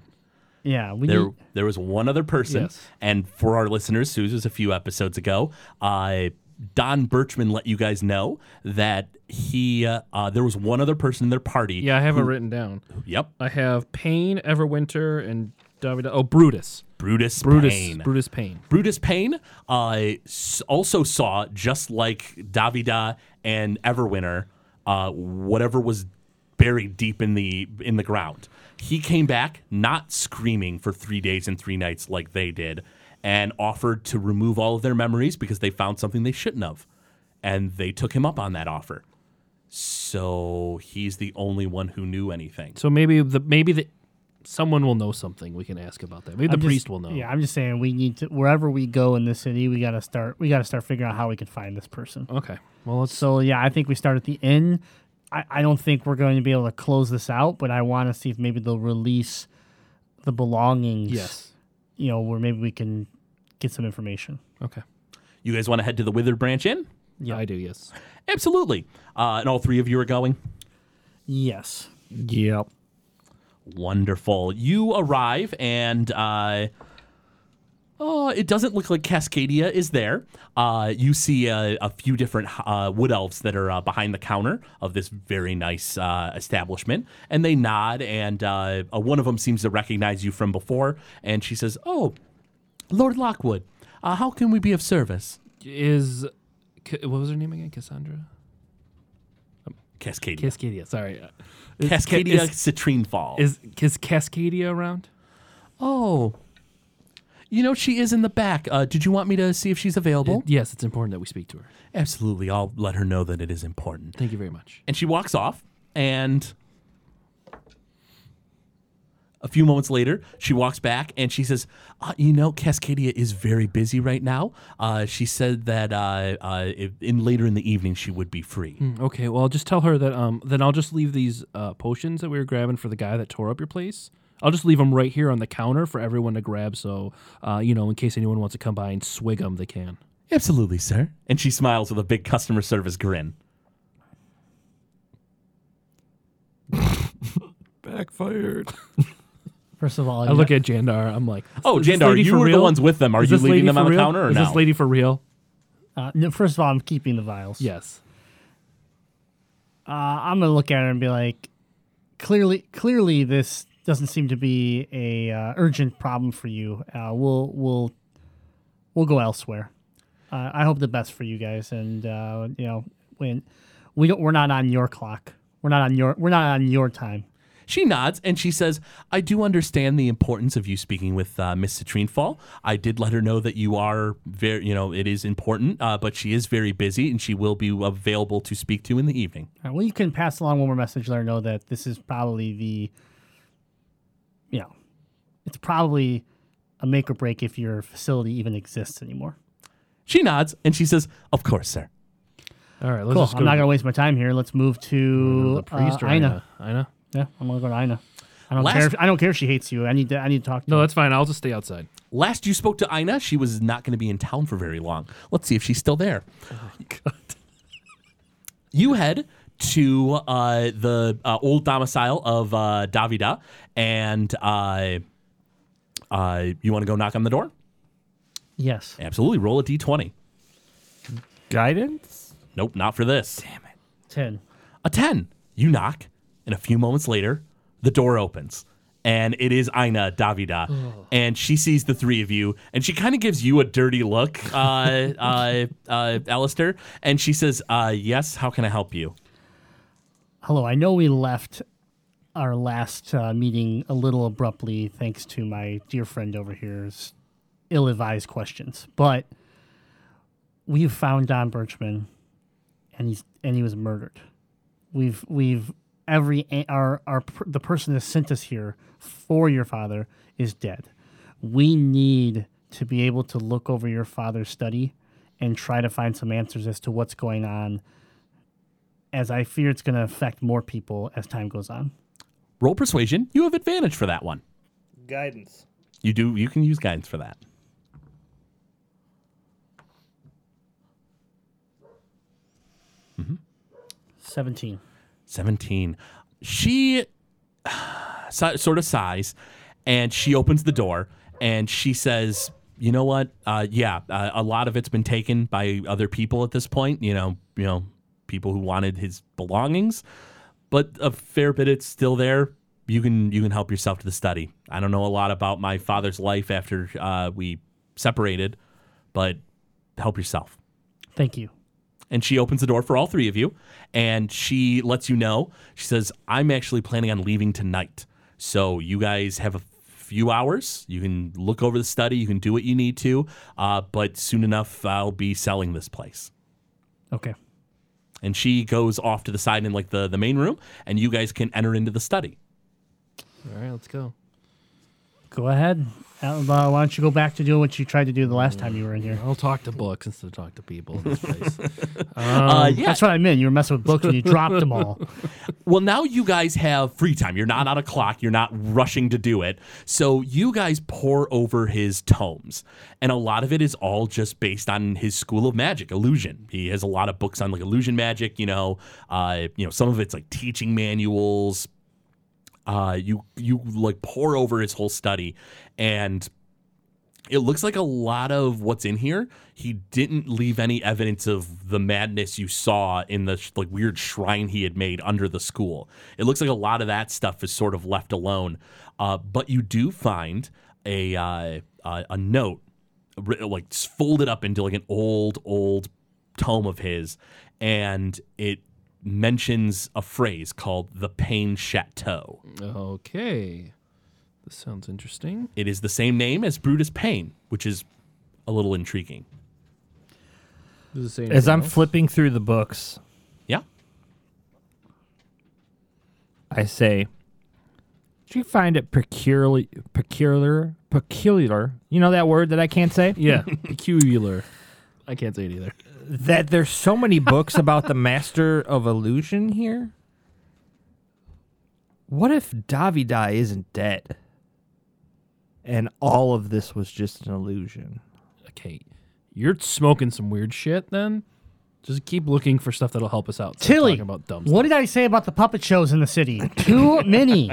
Speaker 5: yeah, we
Speaker 2: There,
Speaker 5: need-
Speaker 2: there was one other person,
Speaker 3: Yes.
Speaker 2: and for our listeners, who was a few episodes ago, uh, Don Birchman let you guys know that he uh, uh, there was one other person in their party.
Speaker 3: Yeah, I have it written down.
Speaker 2: Yep.
Speaker 3: I have Payne, Everwinter, and David. Oh, Brutus.
Speaker 2: Brutus.
Speaker 3: Brutus.
Speaker 2: Payne.
Speaker 3: Brutus Payne.
Speaker 2: Brutus Payne uh, s- also saw, just like Davida and Everwinter, uh, whatever was buried deep in the in the ground. He came back, not screaming for three days and three nights like they did, and offered to remove all of their memories because they found something they shouldn't have, and they took him up on that offer. So he's the only one who knew anything.
Speaker 3: So maybe the maybe the someone will know something we can ask about that. Maybe
Speaker 5: I'm
Speaker 3: the
Speaker 5: just-
Speaker 3: priest will know.
Speaker 5: Yeah, I'm just saying we need to wherever we go in this city, we gotta start. We gotta start figuring out how we can find this person.
Speaker 3: Okay. Well, let's.
Speaker 5: So yeah, I think we start at the inn. I, I don't think we're going to be able to close this out, but I want to see if maybe they'll release the belongings.
Speaker 3: Yes.
Speaker 5: You know, where maybe we can get some information.
Speaker 3: Okay.
Speaker 2: You guys want to head to the Withered Branch Inn?
Speaker 3: Yeah, I do. Yes.
Speaker 2: Absolutely. Uh, and all three of you are going.
Speaker 5: Yes.
Speaker 4: Yep.
Speaker 2: Wonderful. You arrive and uh Oh, it doesn't look like Cascadia is there. Uh, you see a, a few different uh, wood elves that are uh, behind the counter of this very nice uh, establishment, and they nod. And uh, uh, one of them seems to recognize you from before, and she says, "Oh, Lord Lockwood, uh, how can we be of service?"
Speaker 3: Is Ca- what was her name again? Cassandra.
Speaker 2: Cascadia,
Speaker 3: Cascadia. Sorry. Is-
Speaker 2: Cascadia
Speaker 3: Is,
Speaker 2: Citrine Fall.
Speaker 3: is is Cascadia around?
Speaker 2: oh, you know she is in the back. Uh, did you want me to see if she's available?
Speaker 3: yes, it's important that we speak to her.
Speaker 2: Absolutely. I'll let her know that it is important.
Speaker 3: Thank you very much.
Speaker 2: And she walks off, and a few moments later, she walks back and she says, uh, You know, Cascadia is very busy right now. Uh, she said that uh, uh, if, in later in the evening, she would be free.
Speaker 3: Mm, Okay, well, just tell her that. Um, then I'll just leave these uh, potions that we were grabbing for the guy that tore up your place. I'll just leave them right here on the counter for everyone to grab. So, uh, you know, in case anyone wants to come by and swig them, they can.
Speaker 2: Absolutely, sir. And she smiles with a big customer service grin.
Speaker 4: Backfired.
Speaker 5: First of all,
Speaker 3: I look at Jandar. I'm like,
Speaker 2: Oh,
Speaker 3: "Is this
Speaker 2: Jandar,
Speaker 3: lady
Speaker 2: you
Speaker 3: for
Speaker 2: were
Speaker 3: real?
Speaker 2: the ones with them. Are
Speaker 3: Is
Speaker 2: you
Speaker 3: this
Speaker 2: leaving
Speaker 3: lady
Speaker 2: them
Speaker 3: for
Speaker 2: on the
Speaker 3: real?
Speaker 2: counter or
Speaker 3: Is
Speaker 2: no?
Speaker 3: this lady for real?
Speaker 5: Uh, no, first of all, I'm keeping the vials.
Speaker 3: Yes.
Speaker 5: Uh, I'm gonna look at her and be like, clearly, clearly, this doesn't seem to be a uh, urgent problem for you. Uh, we'll we'll we'll go elsewhere. Uh, I hope the best for you guys, and uh, you know, when we don't, we're not on your clock. We're not on your we're not on your time.
Speaker 2: She nods and she says, I do understand the importance of you speaking with uh, Miss Citrine Fall. I did let her know that you are very, you know, it is important, uh, but she is very busy and she will be available to speak to in the evening.
Speaker 5: All right, Uh, well, you can pass along one more message. Let her know that this is probably the, you know, it's probably a make or break if your facility even exists anymore.
Speaker 2: She nods and she says, Of course, sir.
Speaker 3: All right, let's
Speaker 5: Cool.
Speaker 3: just go
Speaker 5: I'm not
Speaker 3: to
Speaker 5: gonna waste my time here. Let's move to
Speaker 3: the priest
Speaker 5: uh,
Speaker 3: or
Speaker 5: Ina.
Speaker 3: Ina. Ina.
Speaker 5: Yeah, I'm gonna go to Ina. I don't
Speaker 2: Last-
Speaker 5: care. If, I don't care if she hates you. I need to. I need to talk to.
Speaker 3: No,
Speaker 5: her.
Speaker 3: that's fine. I'll just stay outside.
Speaker 2: Last you spoke to Ina, she was not going to be in town for very long. Let's see if she's still there. You head to uh, the uh, old domicile of uh, Davida, and uh, uh, you want to go knock on the door?
Speaker 5: yes.
Speaker 2: Absolutely. Roll a d20.
Speaker 4: Guidance?
Speaker 2: Nope, not for this.
Speaker 5: Ten.
Speaker 2: A 10. You knock, and a few moments later, the door opens. And it is Ina Davida. And she sees the three of you, and she kind of gives you a dirty look, uh, uh, uh, Alistair. And she says, uh, Yes, how can I help you?
Speaker 5: Hello. I know we left our last uh, meeting a little abruptly, thanks to my dear friend over here's ill-advised questions. But we've found Don Birchman, and he's and he was murdered. We've we've every our our per- the person that sent us here for your father is dead. We need to be able to look over your father's study and try to find some answers as to what's going on. As I fear it's going to affect more people as time goes on.
Speaker 2: Roll persuasion. You have advantage for that one.
Speaker 4: Guidance.
Speaker 2: You do. You can use guidance for that.
Speaker 5: Seventeen.
Speaker 2: 17. She si- sort of sighs and she opens the door and she says, you know what? Uh, yeah, uh, a lot of it's been taken by other people at this point. You know, you know, people who wanted his belongings, but a fair bit it's still there. You can you can help yourself to the study. I don't know a lot about my father's life after uh, we separated, but help yourself
Speaker 5: Thank you.
Speaker 2: and she opens the door for all three of you and she lets you know she says i'm actually planning on leaving tonight so you guys have a few hours you can look over the study you can do what you need to uh, but soon enough i'll be selling this place
Speaker 5: Okay.
Speaker 2: and she goes off to the side in like the, the main room and you guys can enter into the study
Speaker 3: All right, let's go.
Speaker 5: Go ahead. Outlaw, uh, why don't you go back to doing what you tried to do the last time you were in here?
Speaker 3: I'll talk to books instead of talk to people in this place.
Speaker 2: uh, yeah
Speaker 5: That's what I meant. You were messing with books and you dropped them all.
Speaker 2: Well, now you guys have free time. You're not on a clock. You're not rushing to do it. So you guys pour over his tomes. And a lot of it is all just based on his school of magic, illusion. He has a lot of books on like illusion magic, you know. Uh, you know, some of it's like teaching manuals. Uh, you you like pour over his whole study and it looks like a lot of what's in here he didn't leave any evidence of the madness you saw in the sh- like weird shrine he had made under the school it looks like a lot of that stuff is sort of left alone uh, but you do find a uh, uh, a note writ- like s- folded up into like an old old tome of his and it mentions a phrase called the pain chateau
Speaker 3: okay, this sounds interesting.
Speaker 2: it is the same name as brutus payne which is a little intriguing
Speaker 3: Does it say
Speaker 4: As
Speaker 3: anything
Speaker 4: I'm
Speaker 3: else?
Speaker 4: flipping through the books,
Speaker 2: yeah
Speaker 4: I say, "Did you find it peculiar, peculiar, peculiar? You know that word that I can't say.
Speaker 3: yeah, peculiar. I can't say it either.
Speaker 4: That there's so many books about the master of illusion here. What if Davida isn't dead, and all of this was just an illusion?
Speaker 3: Okay, you're smoking some weird shit. Then just keep looking for stuff that'll help us out. Stop
Speaker 5: Tilly,
Speaker 3: talking about dumb
Speaker 5: what
Speaker 3: stuff.
Speaker 5: did I say about the puppet shows in the city? Too many.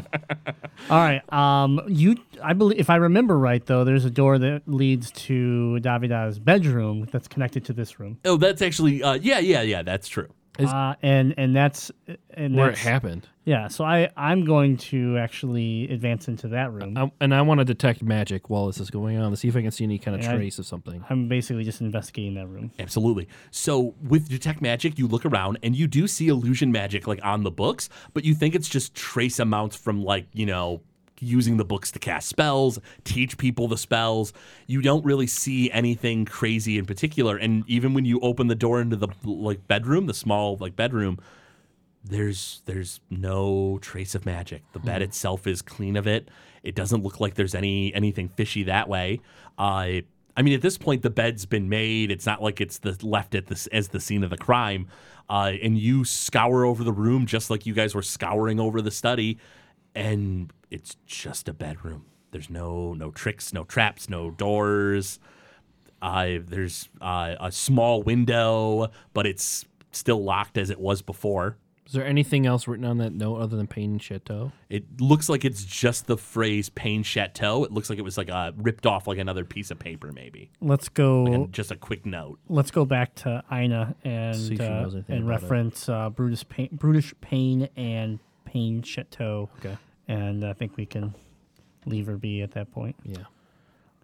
Speaker 5: All right. Um, you, I believe, if I remember right, though, there's a door that leads to Davida's bedroom that's connected to this room,
Speaker 2: Oh, that's actually uh, yeah, yeah, yeah. That's true.
Speaker 3: Is-
Speaker 5: uh, and and that's and
Speaker 3: where it
Speaker 5: that's,
Speaker 3: happened.
Speaker 5: yeah. So I I'm going to actually advance into that room.
Speaker 3: I, and I want to detect magic while this is going on to see if I can see any kind of
Speaker 5: Yeah, I-
Speaker 3: trace of something.
Speaker 5: I'm basically just investigating that room.
Speaker 2: Absolutely. So with detect magic, you look around and you do see illusion magic like on the books, but you think it's just trace amounts from like you know using the books to cast spells, teach people the spells. You don't really see anything crazy in particular. And even when you open the door into the like bedroom, the small like bedroom, there's there's no trace of magic. The bed itself is clean of it. It doesn't look like there's any anything fishy that way. Uh, I mean, at this point, the bed's been made. It's not like it's the left at this as the scene of the crime. Uh, and you scour over the room just like you guys were scouring over the study, and it's just a bedroom. There's no no tricks, no traps, no doors. Uh, there's uh, a small window, but it's still locked as it was before.
Speaker 3: Is there anything else written on that note other than pain and chateau?
Speaker 2: It looks like it's just the phrase "Pain Chateau." It looks like it was like uh, ripped off like another piece of paper, maybe,
Speaker 5: Let's go.
Speaker 2: and just a quick note.
Speaker 5: let's go back to Ina
Speaker 3: See if
Speaker 5: and
Speaker 3: she
Speaker 5: uh,
Speaker 3: knows anything
Speaker 5: and
Speaker 3: about it.
Speaker 5: reference uh, Brutus Payne, Brutish Pain and Pain Chateau.
Speaker 3: Okay.
Speaker 5: and I think we can leave her be at that point.
Speaker 3: Yeah.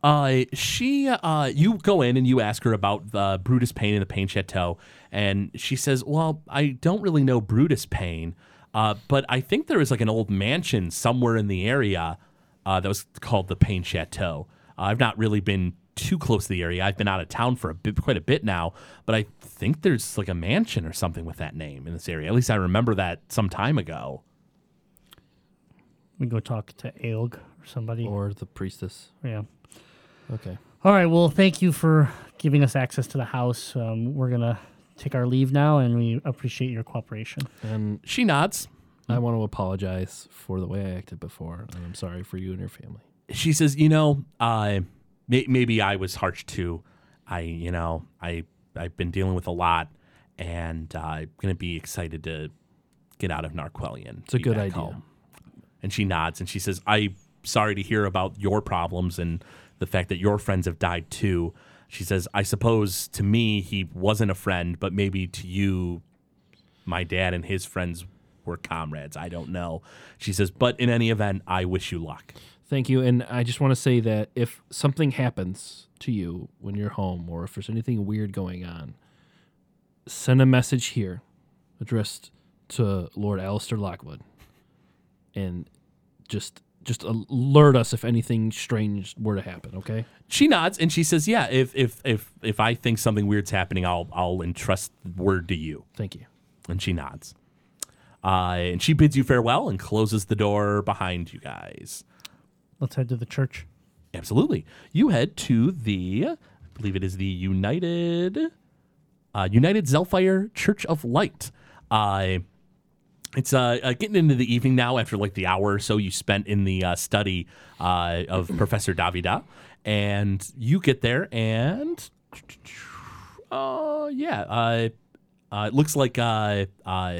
Speaker 2: Uh, she, uh, you go in and you ask her about uh, Brutus Payne and the Pain Chateau, and she says, "Well, I don't really know Brutus Payne, uh, but I think there is like an old mansion somewhere in the area uh, that was called the Pain Chateau. Uh, I've not really been too close to the area. I've been out of town for a bit, quite a bit now, but I think there's like a mansion or something with that name in this area. At least I remember that some time ago.
Speaker 5: We go talk to Aelg or somebody.
Speaker 3: Or the priestess.
Speaker 5: yeah.
Speaker 3: Okay.
Speaker 5: All right. Well, thank you for giving us access to the house. Um, we're gonna take our leave now, and we appreciate your cooperation.
Speaker 3: And
Speaker 2: She nods."
Speaker 3: I want to apologize for the way I acted before, and I'm sorry for you and your family.
Speaker 2: she says, you know, uh, may- maybe I was harsh too. I, you know, I I've been dealing with a lot, and uh, I'm gonna be excited to get out of Narquelion.
Speaker 3: It's a
Speaker 2: be
Speaker 3: good
Speaker 2: back
Speaker 3: idea.
Speaker 2: And she nods and she says, "I'm sorry to hear about your problems and the fact that your friends have died too. She says, I suppose to me he wasn't a friend, but maybe to you, my dad and his friends were comrades. I don't know. She says, but in any event, I wish you luck.
Speaker 3: Thank you. And I just want to say that if something happens to you when you're home or if there's anything weird going on, send a message here addressed to Lord Alistair Lockwood and just just alert us if anything strange were to happen, okay?
Speaker 2: She nods and she says, Yeah, if if if if I think something weird's happening, I'll I'll entrust word to you.
Speaker 3: Thank you.
Speaker 2: And she nods. Uh, and she bids you farewell and closes the door behind you guys.
Speaker 5: Let's head to the church.
Speaker 2: Absolutely. You head to the, I believe it is the United, uh, United Zelfire Church of Light. Uh, it's uh, uh, getting into the evening now after like the hour or so you spent in the uh, study uh, of Professor Davida. And you get there and, uh, yeah, uh, uh, it looks like uh, uh,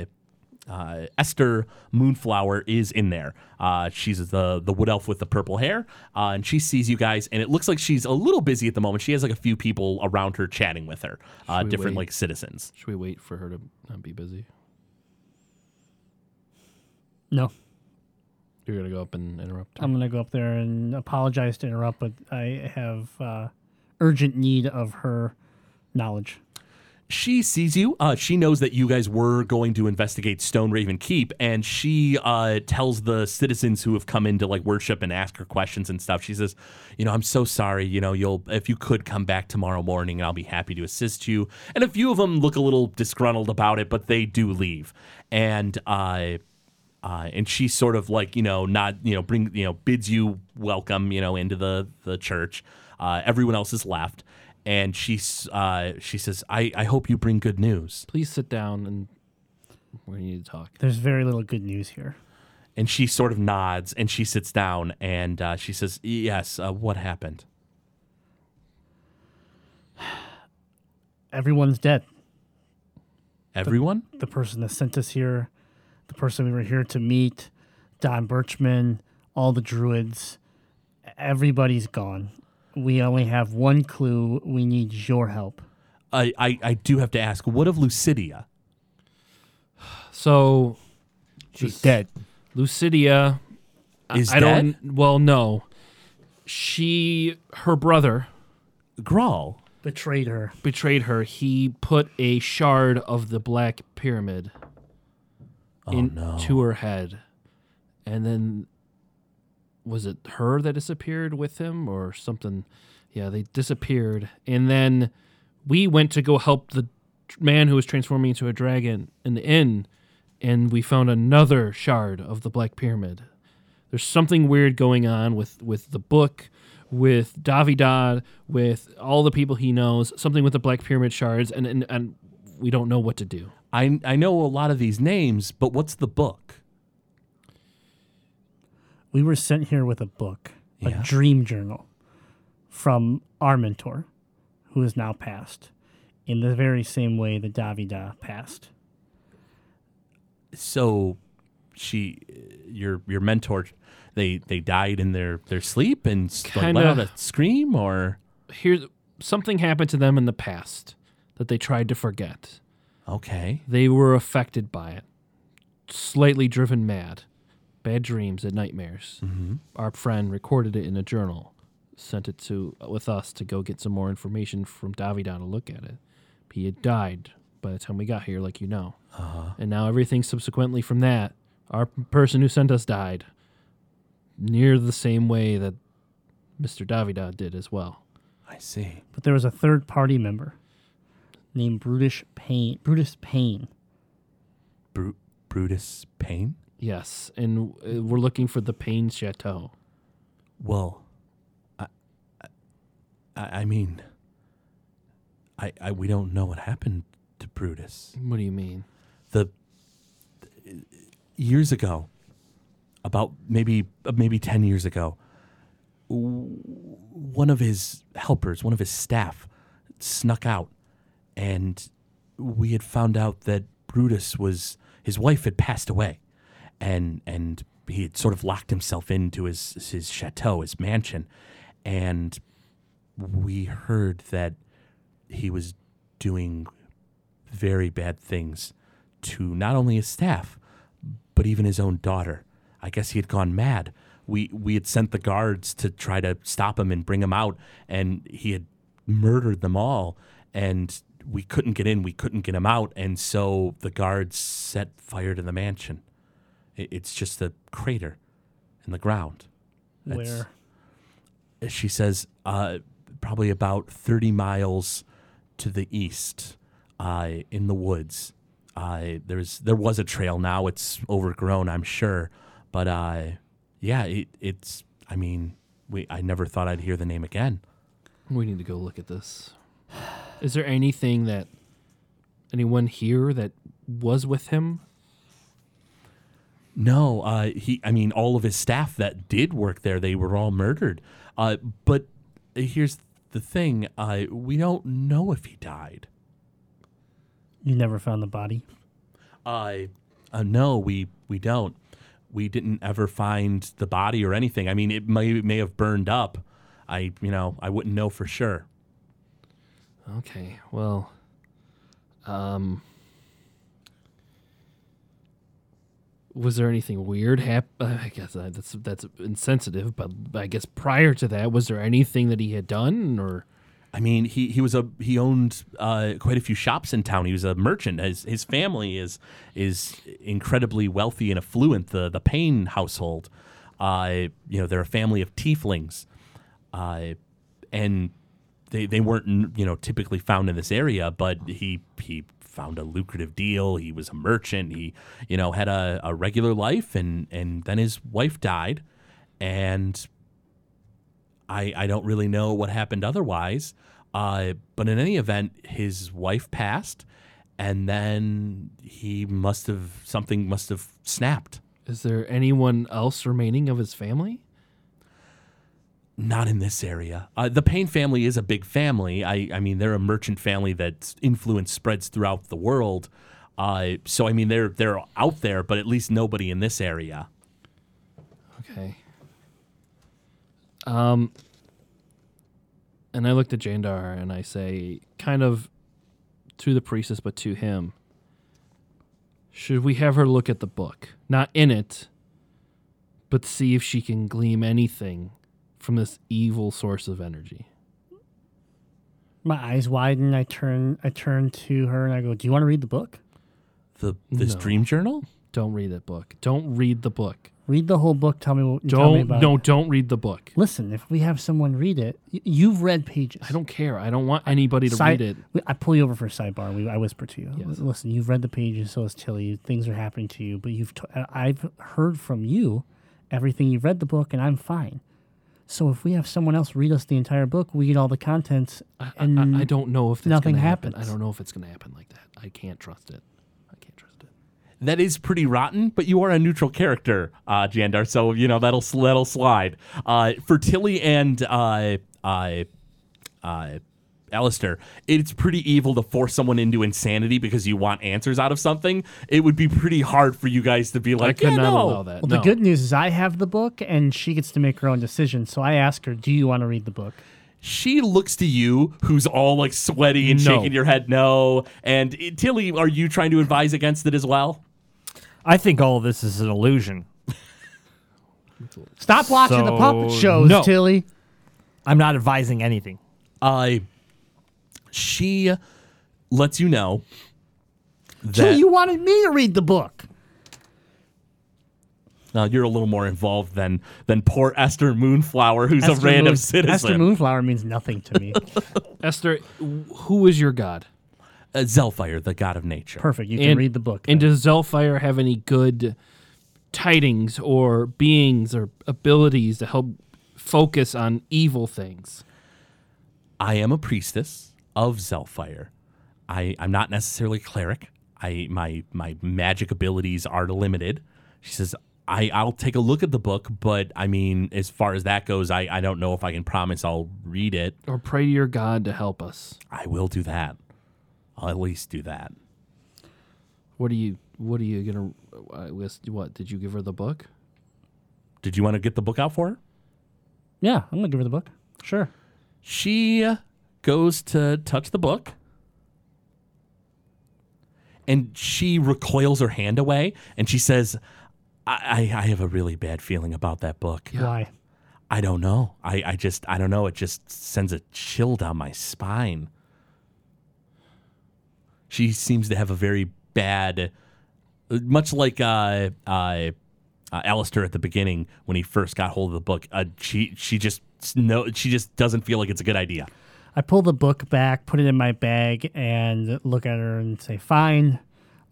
Speaker 2: uh, Esther Moonflower is in there. Uh, she's the the wood elf with the purple hair, uh, and she sees you guys. And it looks like she's a little busy at the moment. She has like a few people around her chatting with her, uh,
Speaker 3: Should we
Speaker 2: different
Speaker 3: wait?
Speaker 2: like citizens.
Speaker 3: Should we wait for her to not be busy?
Speaker 5: No,
Speaker 3: You're going to go up and interrupt. her?
Speaker 5: I'm gonna go up there and apologize to interrupt, but I have uh, urgent need of her knowledge.
Speaker 2: she sees you. Uh, she knows that you guys were going to investigate Stone Raven Keep, and she uh, tells the citizens who have come in to like worship and ask her questions and stuff. She says, "You know, I'm so sorry. You know, you'll if you could come back tomorrow morning, and I'll be happy to assist you." And a few of them look a little disgruntled about it, but they do leave. And uh, uh, and she sort of like you know not you know bring you know bids you welcome you know into the the church. Uh, everyone else is left, and she s- uh, she says, I, "I hope you bring good news."
Speaker 3: Please sit down and we need to talk.
Speaker 5: There's very little good news here.
Speaker 2: And she sort of nods and she sits down and uh, she says, "Yes, uh, what happened?"
Speaker 5: Everyone's dead.
Speaker 2: Everyone?
Speaker 5: the person that sent us here, the person we were here to meet, Don Birchman, all the druids, everybody's gone. We only have one clue. We need your help.
Speaker 2: I, I I do have to ask, what of Lucidia?
Speaker 3: So
Speaker 4: She's
Speaker 3: Just-
Speaker 4: dead.
Speaker 3: Lucidia
Speaker 2: Is
Speaker 3: I
Speaker 2: dead?
Speaker 3: don't well no. She her brother
Speaker 2: Grawl?
Speaker 5: Betrayed her.
Speaker 3: betrayed her. He put a shard of the black pyramid into her head. And then was it her that disappeared with him or something? Yeah, they disappeared. And then we went to go help the tr- man who was transforming into a dragon in the inn and we found another shard of the black pyramid. There's something weird going on with with the book, with Davidad, with all the people he knows. Something with the Black Pyramid shards, and and, and we don't know what to do.
Speaker 2: I I know a lot of these names, but what's the book?
Speaker 5: We were sent here with a book,
Speaker 2: Yeah.
Speaker 5: a dream journal from our mentor, who is now passed, in the very same way that Davida passed.
Speaker 2: So, she, your your mentor, they they died in their their sleep and s- like, let out
Speaker 3: Kinda.
Speaker 2: a scream or
Speaker 3: Here's something happened to them in the past that they tried to forget.
Speaker 2: okay.
Speaker 3: They were affected by it, slightly driven mad, bad dreams and nightmares. Our friend recorded it in a journal, sent it to uh, with us to go get some more information from Davidan to look at it. He had died by the time we got here, like you know, and now everything subsequently from that, our person who sent us died, near the same way that Mister Davidan did as well.
Speaker 2: I see.
Speaker 5: but there was a third party member named Brutus Payne. Brutus Payne.
Speaker 2: Bru- Brutus Payne.
Speaker 3: Yes, and uh, we're looking for the Payne Chateau.
Speaker 2: Well, I, I, I mean, I, I, we don't know what happened to Brutus.
Speaker 3: What do you mean?
Speaker 2: The years ago, about maybe maybe ten years ago, w- one of his helpers, one of his staff, snuck out, and we had found out that Brutus was his wife had passed away, and and he had sort of locked himself into his his chateau, his mansion, and we heard that he was doing very bad things to not only his staff, but even his own daughter. I guess he had gone mad. We we had sent the guards to try to stop him and bring him out, and he had murdered them all. And we couldn't get in, we couldn't get him out, and so the guards set fire to the mansion. I- It's just a crater in the ground. That's-
Speaker 5: Where?
Speaker 2: she says uh, probably about 30 miles to the east uh, in the woods uh, there's there was a trail now it's overgrown i'm sure but uh, yeah it, it's i mean we, i never thought i'd hear the name again
Speaker 3: We need to go look at this. Is there anything that anyone here that was with him?
Speaker 2: No, uh, he. I mean, all of his staff that did work there, they were all murdered. Uh, but here's the thing: uh, we don't know if he died.
Speaker 5: You never found the body.
Speaker 2: I, uh, no, we we don't. We didn't ever find the body or anything. I mean, it may it may have burned up. I you know I wouldn't know for sure.
Speaker 3: Okay, well, um, was there anything weird hap- uh, I guess I- that's that's insensitive, but I guess prior to that, was there anything that he had done or?
Speaker 2: I mean, he, he was a he owned uh, quite a few shops in town. He was a merchant. His his family is is incredibly wealthy and affluent. The the Payne household, uh, you know, they're a family of tieflings, uh, and they they weren't you know typically found in this area. But he he found a lucrative deal. He was a merchant. He you know had a, a regular life, and and then his wife died, and I, I don't really know what happened otherwise. Uh, but in any event, his wife passed, and then he must have something must have snapped.
Speaker 3: Is there anyone else remaining of his family?
Speaker 2: Not in this area. Uh, the Payne family is a big family. I, I mean, they're a merchant family that's influence spreads throughout the world. Uh, so I mean, they're they're out there, but at least nobody in this area.
Speaker 3: Okay. Um, and I looked at Jandar and I say, kind of to the priestess, but to him, should we have her look at the book? Not in it, but see if she can glean anything from this evil source of energy.
Speaker 5: My eyes widen. I turn. I turn to her and I go, "Do you want to read the book?
Speaker 2: The this
Speaker 3: No.
Speaker 2: dream journal.
Speaker 3: Don't read that book. Don't read the book.
Speaker 5: Read the whole book. Tell me what. tell me
Speaker 3: Don't,
Speaker 5: about
Speaker 3: no,
Speaker 5: it."
Speaker 3: don't read the book.
Speaker 5: Listen, if we have someone read it, y- you've read pages.
Speaker 3: I don't care. I don't want anybody to
Speaker 5: Side-
Speaker 3: read it.
Speaker 5: we- I pull you over for a sidebar. We, I whisper to you.
Speaker 3: Yes.
Speaker 5: Listen, you've read the pages, so is Tilly. Things are happening to you, but you've t- uh, I've heard from you everything you've read the book, and I'm fine. So if we have someone else read us the entire book, we get all the contents,
Speaker 3: I-
Speaker 5: and
Speaker 3: I, I don't know if that's
Speaker 5: Mm. nothing
Speaker 3: gonna happen.
Speaker 5: happens.
Speaker 3: I don't know if it's going to happen like that. I can't trust it. I can't trust it.
Speaker 2: that is pretty rotten, but you are a neutral character, uh, Jandar. So you know that'll sl- that'll slide. Uh, for Tilly and uh, uh, uh, Alistair, it's pretty evil to force someone into insanity because you want answers out of something. It would be pretty hard for you guys to be
Speaker 3: I
Speaker 2: like,
Speaker 3: could
Speaker 2: "Yeah,
Speaker 3: not
Speaker 2: no."
Speaker 3: allow that.
Speaker 5: Well,
Speaker 3: no.
Speaker 5: the good news is I have the book, and she gets to make her own decision. So I ask her, "Do you want to read the book?"
Speaker 2: She looks to you, who's all like sweaty and
Speaker 3: No.
Speaker 2: shaking your head, no. And uh, Tilly, are you trying to advise against it as well?
Speaker 4: I think all of this is an illusion.
Speaker 5: Stop watching the puppet
Speaker 4: So,
Speaker 5: shows,
Speaker 4: no.
Speaker 5: Tilly.
Speaker 4: I'm not advising anything.
Speaker 2: Uh, she lets you know.
Speaker 5: Tilly,
Speaker 2: That
Speaker 5: you wanted me to read the book.
Speaker 2: Now you're a little more involved than than poor Esther Moonflower, who's a
Speaker 5: Esther
Speaker 2: random
Speaker 5: Moon-
Speaker 2: citizen.
Speaker 5: Esther Moonflower means nothing to me.
Speaker 3: Esther, wh- who is your god?
Speaker 2: uh, Zelfire, the god of nature.
Speaker 5: Perfect. You can
Speaker 3: And-
Speaker 5: read the book.
Speaker 3: And does Zelfire have any good tidings or beings or abilities to help focus on evil things?
Speaker 2: I am a priestess of Zelfire. I I'm not necessarily a cleric. I my my magic abilities are limited. She says. I, I'll take a look at the book, but I mean, as far as that goes, I, I don't know if I can promise I'll read it.
Speaker 3: Or pray to your god to help us?
Speaker 2: I will do that. I'll at least do that.
Speaker 3: What are you? What are you gonna? I guess, what did you give her the book?
Speaker 2: Did you want to get the book out for her?
Speaker 5: yeah, I'm gonna give her the book. Sure.
Speaker 2: She goes to touch the book. And she recoils her hand away and she says, I, I, I have a really bad feeling about that book.
Speaker 5: Why?
Speaker 2: I don't know. I, I just, I don't know. It just sends a chill down my spine. She seems to have a very bad, much like uh, uh, uh, Alistair at the beginning when he first got hold of the book. Uh, she, she just no, she just doesn't feel like it's a good idea.
Speaker 5: I pull the book back, put it in my bag, and look at her and say, "Fine,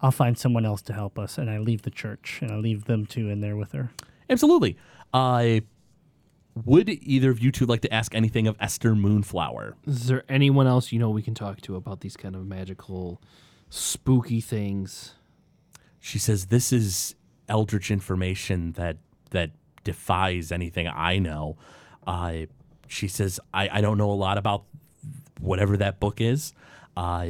Speaker 5: I'll find someone else to help us." And I leave the church, and I leave them two in there with her.
Speaker 2: Absolutely. Uh, would either of you two like to ask anything of Esther Moonflower?
Speaker 3: Is there anyone else you know we can talk to about these kind of magical, spooky things?
Speaker 2: she says this is eldritch information that that defies anything I know. Uh, she says I, I don't know a lot about whatever that book is. Uh,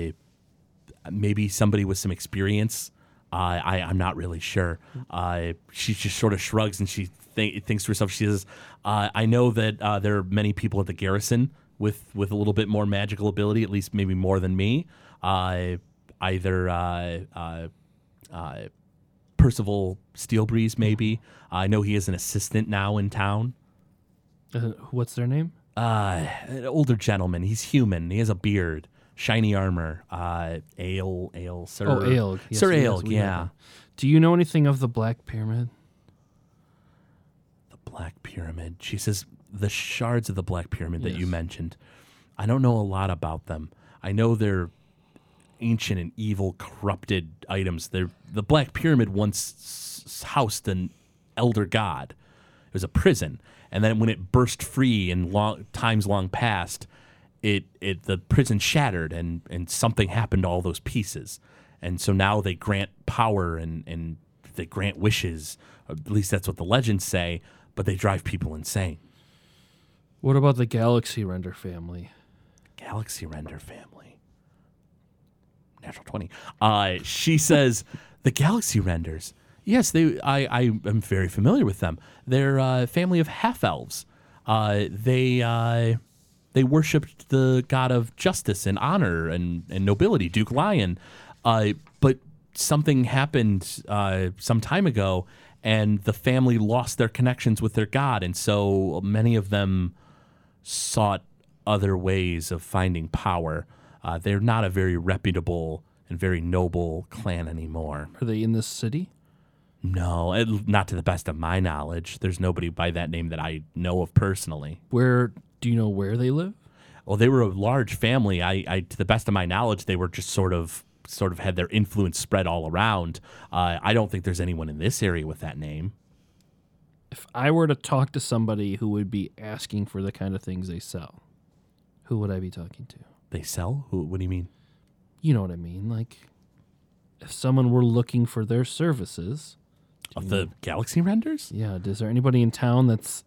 Speaker 2: maybe somebody with some experience. Uh, I I'm not really sure. Uh, she just sort of shrugs and she th- thinks to herself. She says, uh, "I know that uh, there are many people at the garrison with with a little bit more magical ability, at least maybe more than me. Uh, either uh, uh, uh, Percival Steelbreeze,
Speaker 3: Mm-hmm.
Speaker 2: maybe. I know he is an assistant now in town.
Speaker 3: Uh, what's their name?
Speaker 2: Uh, an older gentleman. He's human. He has a beard, shiny armor. Uh, ale, ale, sir.
Speaker 3: Oh, Aelg. Yes,
Speaker 2: Er, sir
Speaker 3: yes,
Speaker 2: Aelg,
Speaker 3: we know
Speaker 2: yeah.
Speaker 3: him. Do you know anything of the Black Pyramid?
Speaker 2: The Black Pyramid. She says the shards of the Black Pyramid that you
Speaker 3: Yes.
Speaker 2: mentioned. I don't know a lot about them. I know they're ancient and evil, corrupted items. They're, the Black Pyramid once s- housed an elder god. It was a prison, and then when it burst free in long times long past, it it the prison shattered and and something happened to all those pieces, and so now they grant power and and they grant wishes. At least that's what the legends say. But they drive people insane.
Speaker 3: What about the Galaxy Render family?
Speaker 2: Galaxy Render family. Natural twenty. Uh, she says the Galaxy Renders. Yes, they. I, I am very familiar with them. They're a family of half elves. Uh, they uh, they worshipped the god of justice and honor and, and nobility, Duke Lion. Uh, but something happened uh, some time ago, and the family lost their connections with their god, and so many of them sought other ways of finding power. Uh, they're not a very reputable and very noble clan anymore.
Speaker 3: Are they in this city?
Speaker 2: No, it- not to the best of my knowledge. There's nobody by that name that I know of personally.
Speaker 3: Where do you know where they live?
Speaker 2: Well, they were a large family. I, I to the best of my knowledge, they were just sort of sort of had their influence spread all around. Uh, I don't think there's anyone in this area with that name.
Speaker 3: If I were to talk to somebody who would be asking for the kind of things they sell, who would I be talking to?
Speaker 2: They sell? Who, what do you mean?
Speaker 3: You know what I mean? Like, if someone were looking for their services,
Speaker 2: Of the Galaxy Renders?
Speaker 3: yeah, is there anybody in town that's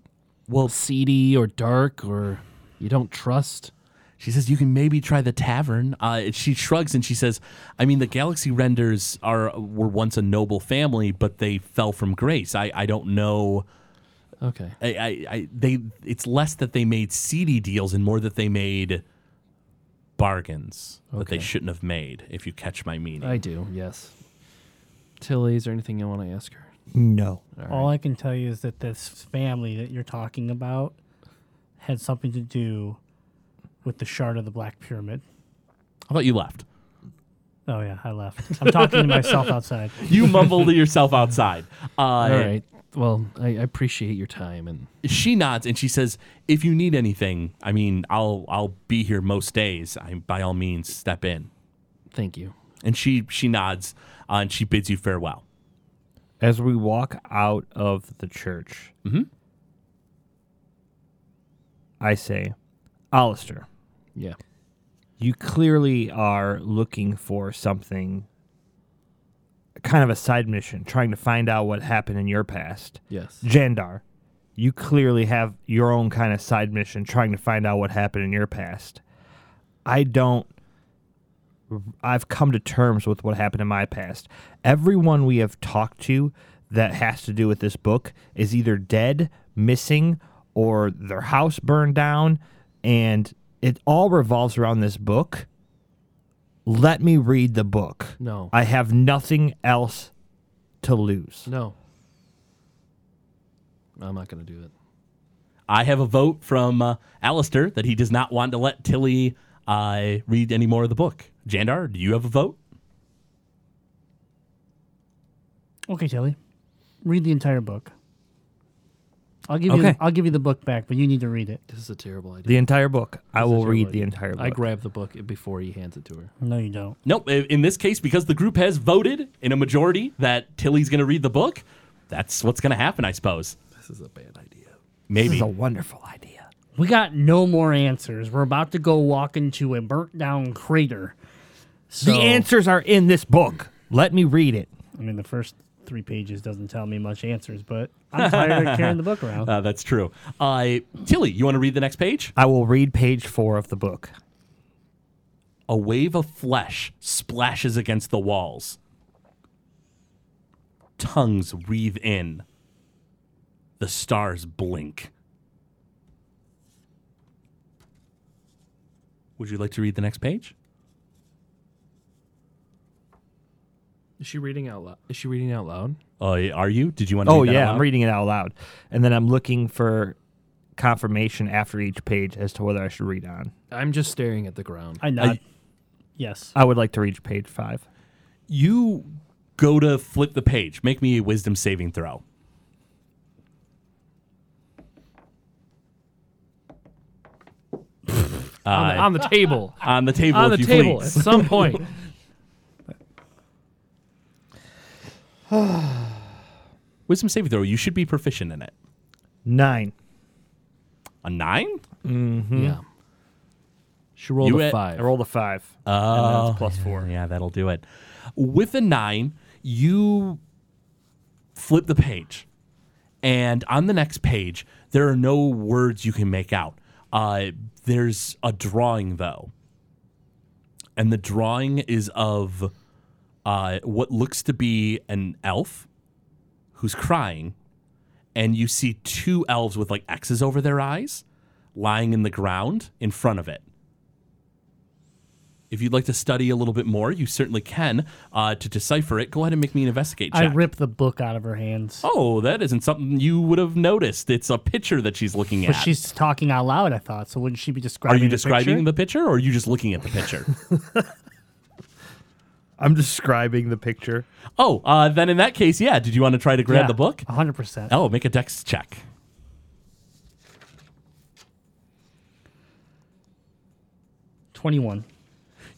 Speaker 2: Well,
Speaker 3: seedy or dark or you don't trust?
Speaker 2: She says you can maybe try the tavern. Uh, she shrugs and she says, "I mean, the Galaxy Renders are were once a noble family, but they fell from grace. I, I don't know.
Speaker 3: Okay.
Speaker 2: I, I, I they it's less that they made seedy deals and more that they made bargains that they
Speaker 3: Okay.
Speaker 2: shouldn't have made. If you catch my meaning,
Speaker 3: I do, yes. Tilly, is there anything you want to ask her?
Speaker 4: No.
Speaker 5: All I can tell you is that this family that you're talking about had something to do with the shard of the Black Pyramid.
Speaker 2: I thought you left.
Speaker 5: Oh yeah, I left. I'm talking to myself outside.
Speaker 2: You mumble to yourself outside. Uh,
Speaker 3: All right. Well, I, I appreciate your time and
Speaker 2: she nods and she says, "If you need anything, I mean, I'll I'll be here most days. I by all means step in."
Speaker 3: thank you.
Speaker 2: and she she nods uh, and she bids you farewell.
Speaker 4: As we walk out of the church, I say, Alistair,
Speaker 3: Yeah.
Speaker 4: you clearly are looking for something, kind of a side mission, trying to find out what happened in your past.
Speaker 3: Yes.
Speaker 4: Jandar, you clearly have your own kind of side mission trying to find out what happened in your past. I don't. I've come to terms with what happened in my past. Everyone we have talked to that has to do with this book is either dead, missing, or their house burned down, and it all revolves around this book. Let me read the book.
Speaker 3: No.
Speaker 4: I have nothing else to lose.
Speaker 3: No. I'm not going to do it.
Speaker 2: I have a vote from uh, Alistair that he does not want to let Tilly uh, read any more of the book. Jandar, do you have a vote?
Speaker 5: Okay, Tilly, read the entire book. I'll give you.
Speaker 4: Okay.
Speaker 5: I'll give you the book back, but you need to read it.
Speaker 3: This is a terrible idea.
Speaker 4: The entire book. I
Speaker 3: This is a
Speaker 4: will read
Speaker 3: terrible
Speaker 4: the
Speaker 3: idea.
Speaker 4: entire book.
Speaker 3: I grab the book before he hands it to her.
Speaker 5: No, you don't.
Speaker 2: Nope. i- In this case, because the group has voted in a majority that Tilly's going to read the book, that's what's going to happen, I suppose.
Speaker 3: This is a bad idea.
Speaker 4: This
Speaker 2: Maybe.
Speaker 4: is a wonderful idea.
Speaker 5: We got no more answers. We're about to go walk into a burnt down crater. So,
Speaker 4: The answers are in this book. Let me read it.
Speaker 5: I mean, the first three pages doesn't tell me much answers, but I'm tired of carrying the book around.
Speaker 2: Uh, that's true. Uh, Tilly, you want to read the next page?
Speaker 4: I will read page four of the book.
Speaker 2: A wave of flesh splashes against the walls. Tongues wreathe in. The stars blink. Would you like to read the next page?
Speaker 3: Is she reading out loud? Is she reading out loud?
Speaker 2: Uh, are you? Did you want to
Speaker 4: Oh
Speaker 2: read that out
Speaker 4: yeah,
Speaker 2: loud?
Speaker 4: I'm reading it out loud, and then I'm looking for confirmation after each page as to whether I should read on.
Speaker 3: I'm just staring at the ground.
Speaker 5: I nod. yes.
Speaker 4: I would like to read page five.
Speaker 2: You go to flip the page. Make me a wisdom saving throw.
Speaker 3: on, the, on the table.
Speaker 2: Uh, On the table,
Speaker 3: on
Speaker 2: if
Speaker 3: the
Speaker 2: you
Speaker 3: table
Speaker 2: please.
Speaker 3: at some point.
Speaker 2: Wisdom saving throw. You should be proficient in it.
Speaker 4: Nine.
Speaker 2: A nine?
Speaker 3: Yeah. She rolled
Speaker 2: Hmm? You
Speaker 3: a
Speaker 2: at-
Speaker 3: five.
Speaker 4: I rolled a five.
Speaker 2: Oh,
Speaker 4: that's plus four.
Speaker 2: Yeah, that'll do it. With a nine, you flip the page, and on the next page, there are no words you can make out. Uh, there's a drawing though, and the drawing is of uh, what looks to be an elf who's crying, and you see two elves with like X's over their eyes lying in the ground in front of it. If you'd like to study a little bit more, you certainly can. Uh, to decipher it, go ahead and make me an investigate
Speaker 5: I
Speaker 2: check.
Speaker 5: rip the book out of her hands.
Speaker 2: oh, that isn't something you would have noticed. It's a picture that she's looking
Speaker 5: But
Speaker 2: at.
Speaker 5: she's talking out loud, I thought. So wouldn't she be
Speaker 2: are
Speaker 5: describing
Speaker 2: you
Speaker 5: the
Speaker 2: describing
Speaker 5: picture?
Speaker 2: the picture or are you just looking at the picture?
Speaker 4: I'm describing the picture.
Speaker 2: oh, uh, then in that case, yeah. Did you want to try to grab
Speaker 5: Yeah,
Speaker 2: the book?
Speaker 5: 100%.
Speaker 2: Oh, make a dex check.
Speaker 5: Twenty-one.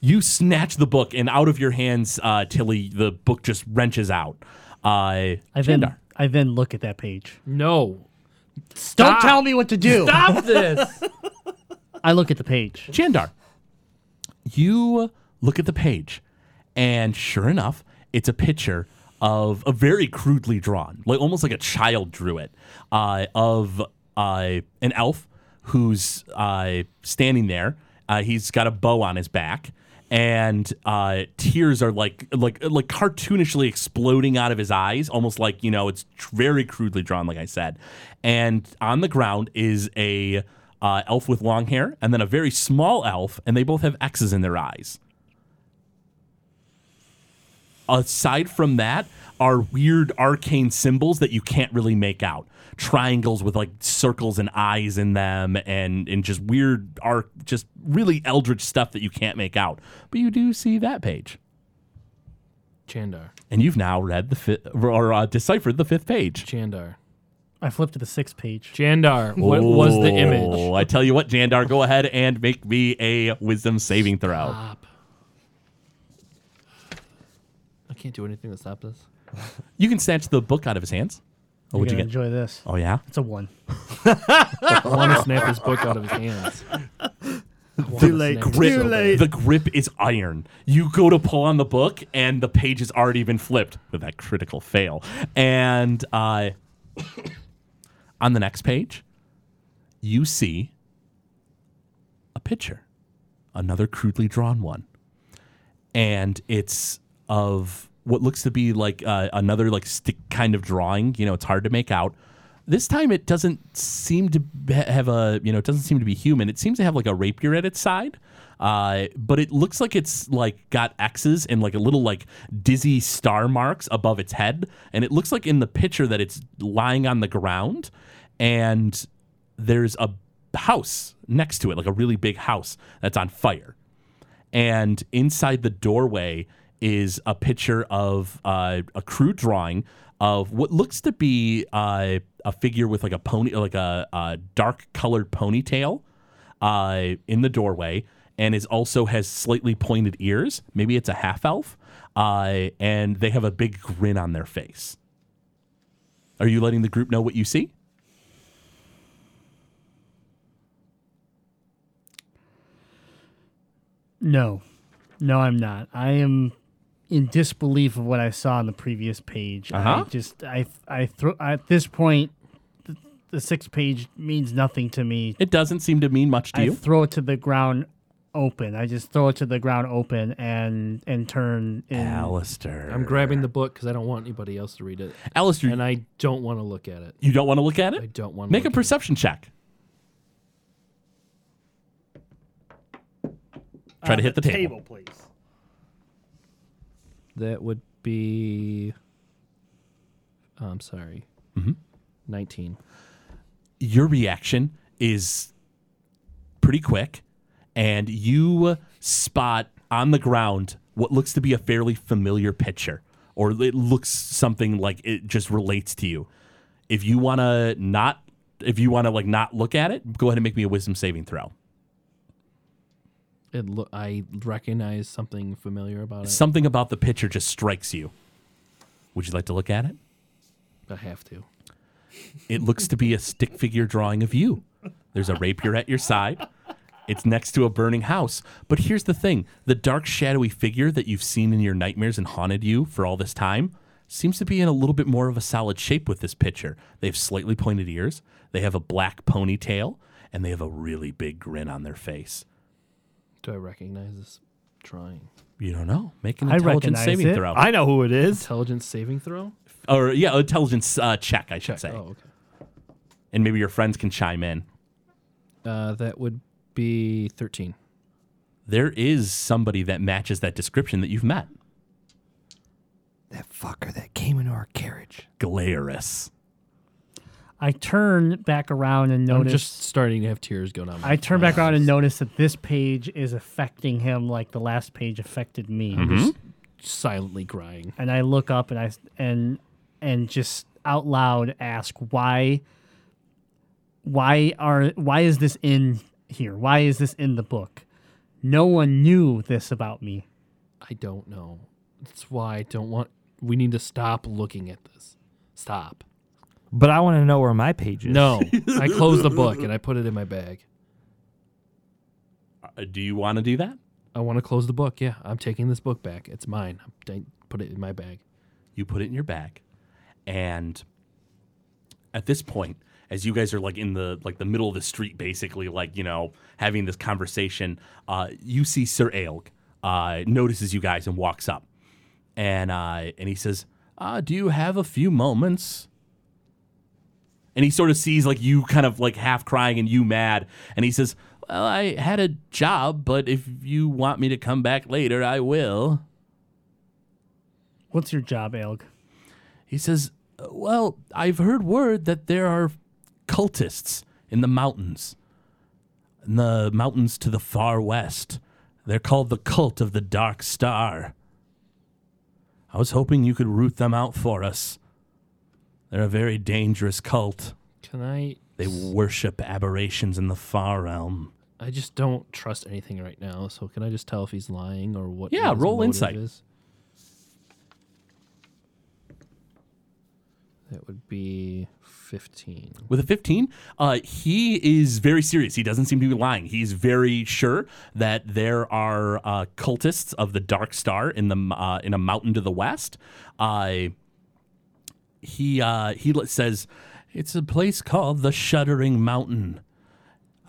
Speaker 2: You snatch the book, and out of your hands, uh, Tilly, the book just wrenches out. Uh,
Speaker 5: I then
Speaker 2: Shandar.
Speaker 5: I then look at that page.
Speaker 3: no.
Speaker 5: Don't tell me what to do.
Speaker 3: Stop this.
Speaker 5: I look at the page.
Speaker 2: Chandar, you look at the page, and sure enough, it's a picture of a very crudely drawn, like almost like a child drew it, uh, of uh, an elf who's uh, standing there. Uh, he's got a bow on his back, and uh, tears are like like like cartoonishly exploding out of his eyes, almost like you know it's tr- very crudely drawn, like I said. And on the ground is a uh, elf with long hair, and then a very small elf, and they both have X's in their eyes. Aside from that, are weird arcane symbols that you can't really make out. Triangles with like circles and eyes in them, and and just weird arc, just really eldritch stuff that you can't make out. But you do see that page,
Speaker 3: Chandar.
Speaker 2: and you've now read the fifth or uh, deciphered the fifth page.
Speaker 3: Chandar.
Speaker 5: I flip to the sixth page.
Speaker 3: Chandar. What was the
Speaker 2: Oh,
Speaker 3: image?
Speaker 2: I tell you what, Jandar, go ahead and make me a wisdom saving throw.
Speaker 3: Stop. I can't do anything to stop this.
Speaker 2: You can snatch the book out of his hands. Oh,
Speaker 5: You're
Speaker 2: what'd
Speaker 5: gonna
Speaker 2: you get?
Speaker 5: enjoy this.
Speaker 2: Oh yeah.
Speaker 5: It's a one.
Speaker 3: I want to snap his book out of his hands.
Speaker 4: Too late. Too late.
Speaker 2: The grip is iron. You go to pull on the book, and the page has already been flipped with that critical fail. And uh, on the next page, you see a picture, another crudely drawn one, and it's of what looks to be like uh, another like stick kind of drawing. You know, it's hard to make out This time it doesn't seem to be- have a you know it doesn't seem to be human. It seems to have like a rapier at its side. Uh, but it looks like it's like got X's and like a little like dizzy star marks above its head, and it looks like in the picture that it's lying on the ground, and there's a house next to it, like a really big house that's on fire and inside the doorway is a picture of uh, a crude drawing of what looks to be uh, a figure with like a pony, like a, a dark colored ponytail uh, in the doorway, and is also has slightly pointed ears. Maybe it's a half elf, uh, and they have a big grin on their face. Are you letting the group know what you see?
Speaker 5: No, no, I'm not. I am in disbelief of what I saw on the previous page.
Speaker 2: Uh-huh.
Speaker 5: I just, I, I throw at this point, the, the sixth page means nothing to me.
Speaker 2: It doesn't seem to mean much to
Speaker 5: I
Speaker 2: you.
Speaker 5: throw it to the ground open. I just throw it to the ground open and and turn in.
Speaker 2: Alistair.
Speaker 3: I'm grabbing the book because I don't want anybody else to read it,
Speaker 2: Alistair.
Speaker 3: and I don't want to look at it.
Speaker 2: you don't want to look at it.
Speaker 3: I don't want to
Speaker 2: Make a perception check. Try to
Speaker 4: Uh,
Speaker 2: hit the table.
Speaker 5: please.
Speaker 3: That would be. oh, I'm sorry. Mm-hmm. Nineteen.
Speaker 2: Your reaction is pretty quick, and you spot on the ground what looks to be a fairly familiar picture, or it looks something like it just relates to you. If you want to not, if you want to like not look at it, go ahead and make me a wisdom saving throw.
Speaker 3: It lo- I recognize something familiar about it.
Speaker 2: Something about the picture just strikes you. Would you like to look at it?
Speaker 3: I have to.
Speaker 2: It looks to be a stick figure drawing of you. There's a rapier at your side. It's next to a burning house. But here's the thing the dark, shadowy figure that you've seen in your nightmares and haunted you for all this time seems to be in a little bit more of a solid shape with this picture. They have slightly pointed ears, they have a black ponytail, and they have a really big grin on their face.
Speaker 3: Do I recognize this drawing?
Speaker 2: You don't know. Make an
Speaker 5: I
Speaker 2: intelligence
Speaker 5: recognize
Speaker 2: saving
Speaker 5: it.
Speaker 2: throw.
Speaker 4: I know who it is.
Speaker 3: Intelligence saving throw.
Speaker 2: or, yeah, intelligence uh, check, I should say.
Speaker 3: Oh, okay.
Speaker 2: And maybe your friends can chime in.
Speaker 3: Uh, that would be thirteen.
Speaker 2: There is somebody that matches that description that you've met.
Speaker 4: That fucker that came into our carriage.
Speaker 2: Glarus.
Speaker 5: I turn back around and
Speaker 3: I'm
Speaker 5: notice.
Speaker 3: just starting to have tears go down. my-
Speaker 5: I turn
Speaker 3: my
Speaker 5: back around and
Speaker 3: eyes.
Speaker 5: notice that this page is affecting him like the last page affected me.
Speaker 3: silently crying.
Speaker 5: and I look up and I and and just out loud ask why why are why is this in here? Why is this in the book? No one knew this about me.
Speaker 3: I don't know. That's why I don't want. We need to stop looking at this. Stop.
Speaker 4: But I want to know where my page is.
Speaker 3: No. I closed the book and I put it in my bag.
Speaker 2: Uh, Do you want to do that?
Speaker 3: I want to close the book. Yeah, I'm taking this book back. It's mine. I I put it in my bag.
Speaker 2: You put it in your bag, and at this point, as you guys are like in the like the middle of the street, basically like you know having this conversation, uh, you see Sir Aelg uh, notices you guys and walks up, and uh, and he says, uh, "Do you have a few moments?" and he sort of sees like you kind of like half crying and you mad and he says well i had a job but if you want me to come back later i will
Speaker 5: What's your job, Elg?
Speaker 2: he says well i've heard word that there are cultists in the mountains in the mountains to the far west they're called the cult of the dark star i was hoping you could root them out for us they're a very dangerous cult
Speaker 3: Can I?
Speaker 2: they worship aberrations in the far realm
Speaker 3: I just don't trust anything right now. So can I just tell if he's lying or what?
Speaker 2: Yeah,
Speaker 3: his
Speaker 2: roll
Speaker 3: motive
Speaker 2: insight.
Speaker 3: is? That would be fifteen.
Speaker 2: With a 15, uh, he is very serious. He doesn't seem to be lying. He's very sure that there are uh, cultists of the Dark Star in the m- uh, in a mountain to the west. Uh, he uh, he l- says it's a place called the Shuddering Mountain.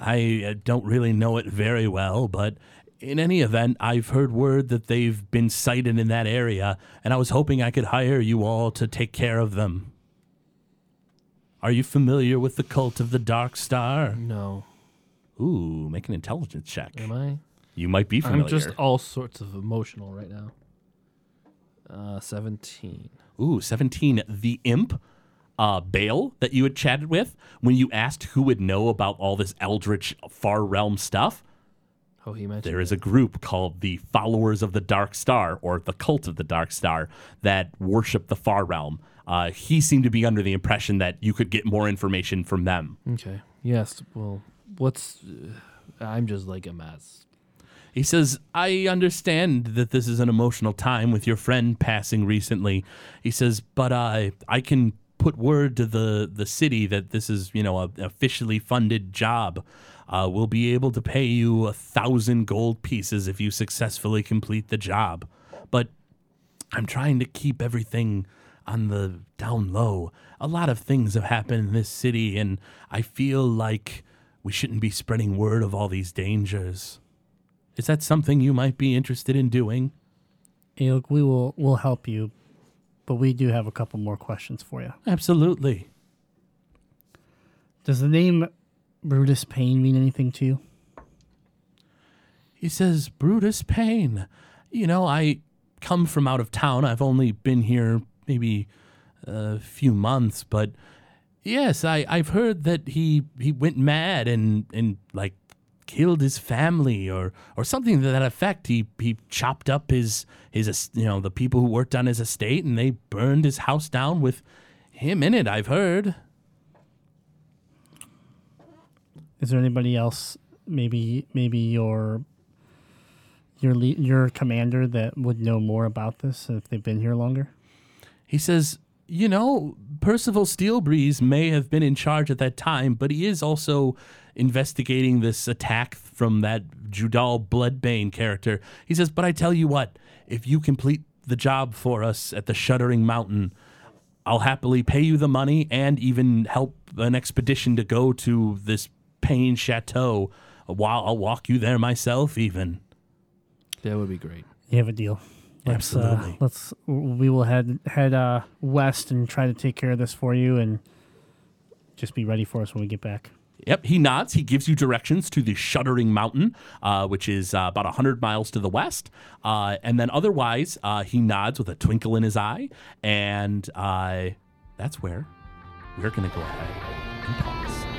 Speaker 2: I uh, don't really know it very well, but in any event, I've heard word that they've been sighted in that area, and I was hoping I could hire you all to take care of them. Are you familiar with the cult of the Dark Star?
Speaker 3: No,
Speaker 2: Ooh, make an intelligence check.
Speaker 3: am I?
Speaker 2: You might be familiar.
Speaker 3: I'm just all sorts of emotional right now. Uh, 17.
Speaker 2: Ooh, 17. The imp, uh, Bale, that you had chatted with, when you asked who would know about all this eldritch far realm stuff,
Speaker 3: Oh, he mentioned.
Speaker 2: there is a group called the Followers of the Dark Star, or the Cult of the Dark Star, that worship the far realm. Uh, he seemed to be under the impression that you could get more information from them.
Speaker 3: Okay. Yes. Well, what's. Uh, I'm just like a mess.
Speaker 2: He says, I understand that this is an emotional time with your friend passing recently. He says, but uh, I can put word to the, the city that this is, you know, a an officially funded job. Uh, we'll be able to pay you a thousand gold pieces if you successfully complete the job. But I'm trying to keep everything on the down low. A lot of things have happened in this city, and I feel like we shouldn't be spreading word of all these dangers. Is that something you might be interested in doing?
Speaker 5: Ailk, we will we'll help you, but we do have a couple more questions for you.
Speaker 2: Absolutely.
Speaker 5: Does the name Brutus Payne mean anything to you?
Speaker 2: He says, Brutus Payne, you know, I come from out of town. I've only been here maybe a few months, but yes, I, I've heard that he, he went mad and, and like killed his family or, or something to that effect. He, he chopped up his, his, es- you know, the people who worked on his estate and they burned his house down with him in it, I've heard.
Speaker 5: Is there anybody else? Maybe maybe your your le- your commander that would know more about this if they've been here longer.
Speaker 2: He says, You know, Percival Steelbreeze may have been in charge at that time, but he is also investigating this attack from that Judal Bloodbane character. He says, But I tell you what, if you complete the job for us at the Shuddering Mountain, I'll happily pay you the money and even help an expedition to go to this Payne Chateau. While I'll walk you there myself, even.
Speaker 3: That would be great.
Speaker 5: You have a deal. Let's, uh,
Speaker 2: Absolutely.
Speaker 5: let's we will head head uh, west and try to take care of this for you and just be ready for us when we get back.
Speaker 2: Yep, he nods. He gives you directions to the Shuddering Mountain, uh, which is uh, about 100 miles to the west. Uh, and then otherwise, uh, he nods with a twinkle in his eye. And uh, that's where we're going to go ahead and pause.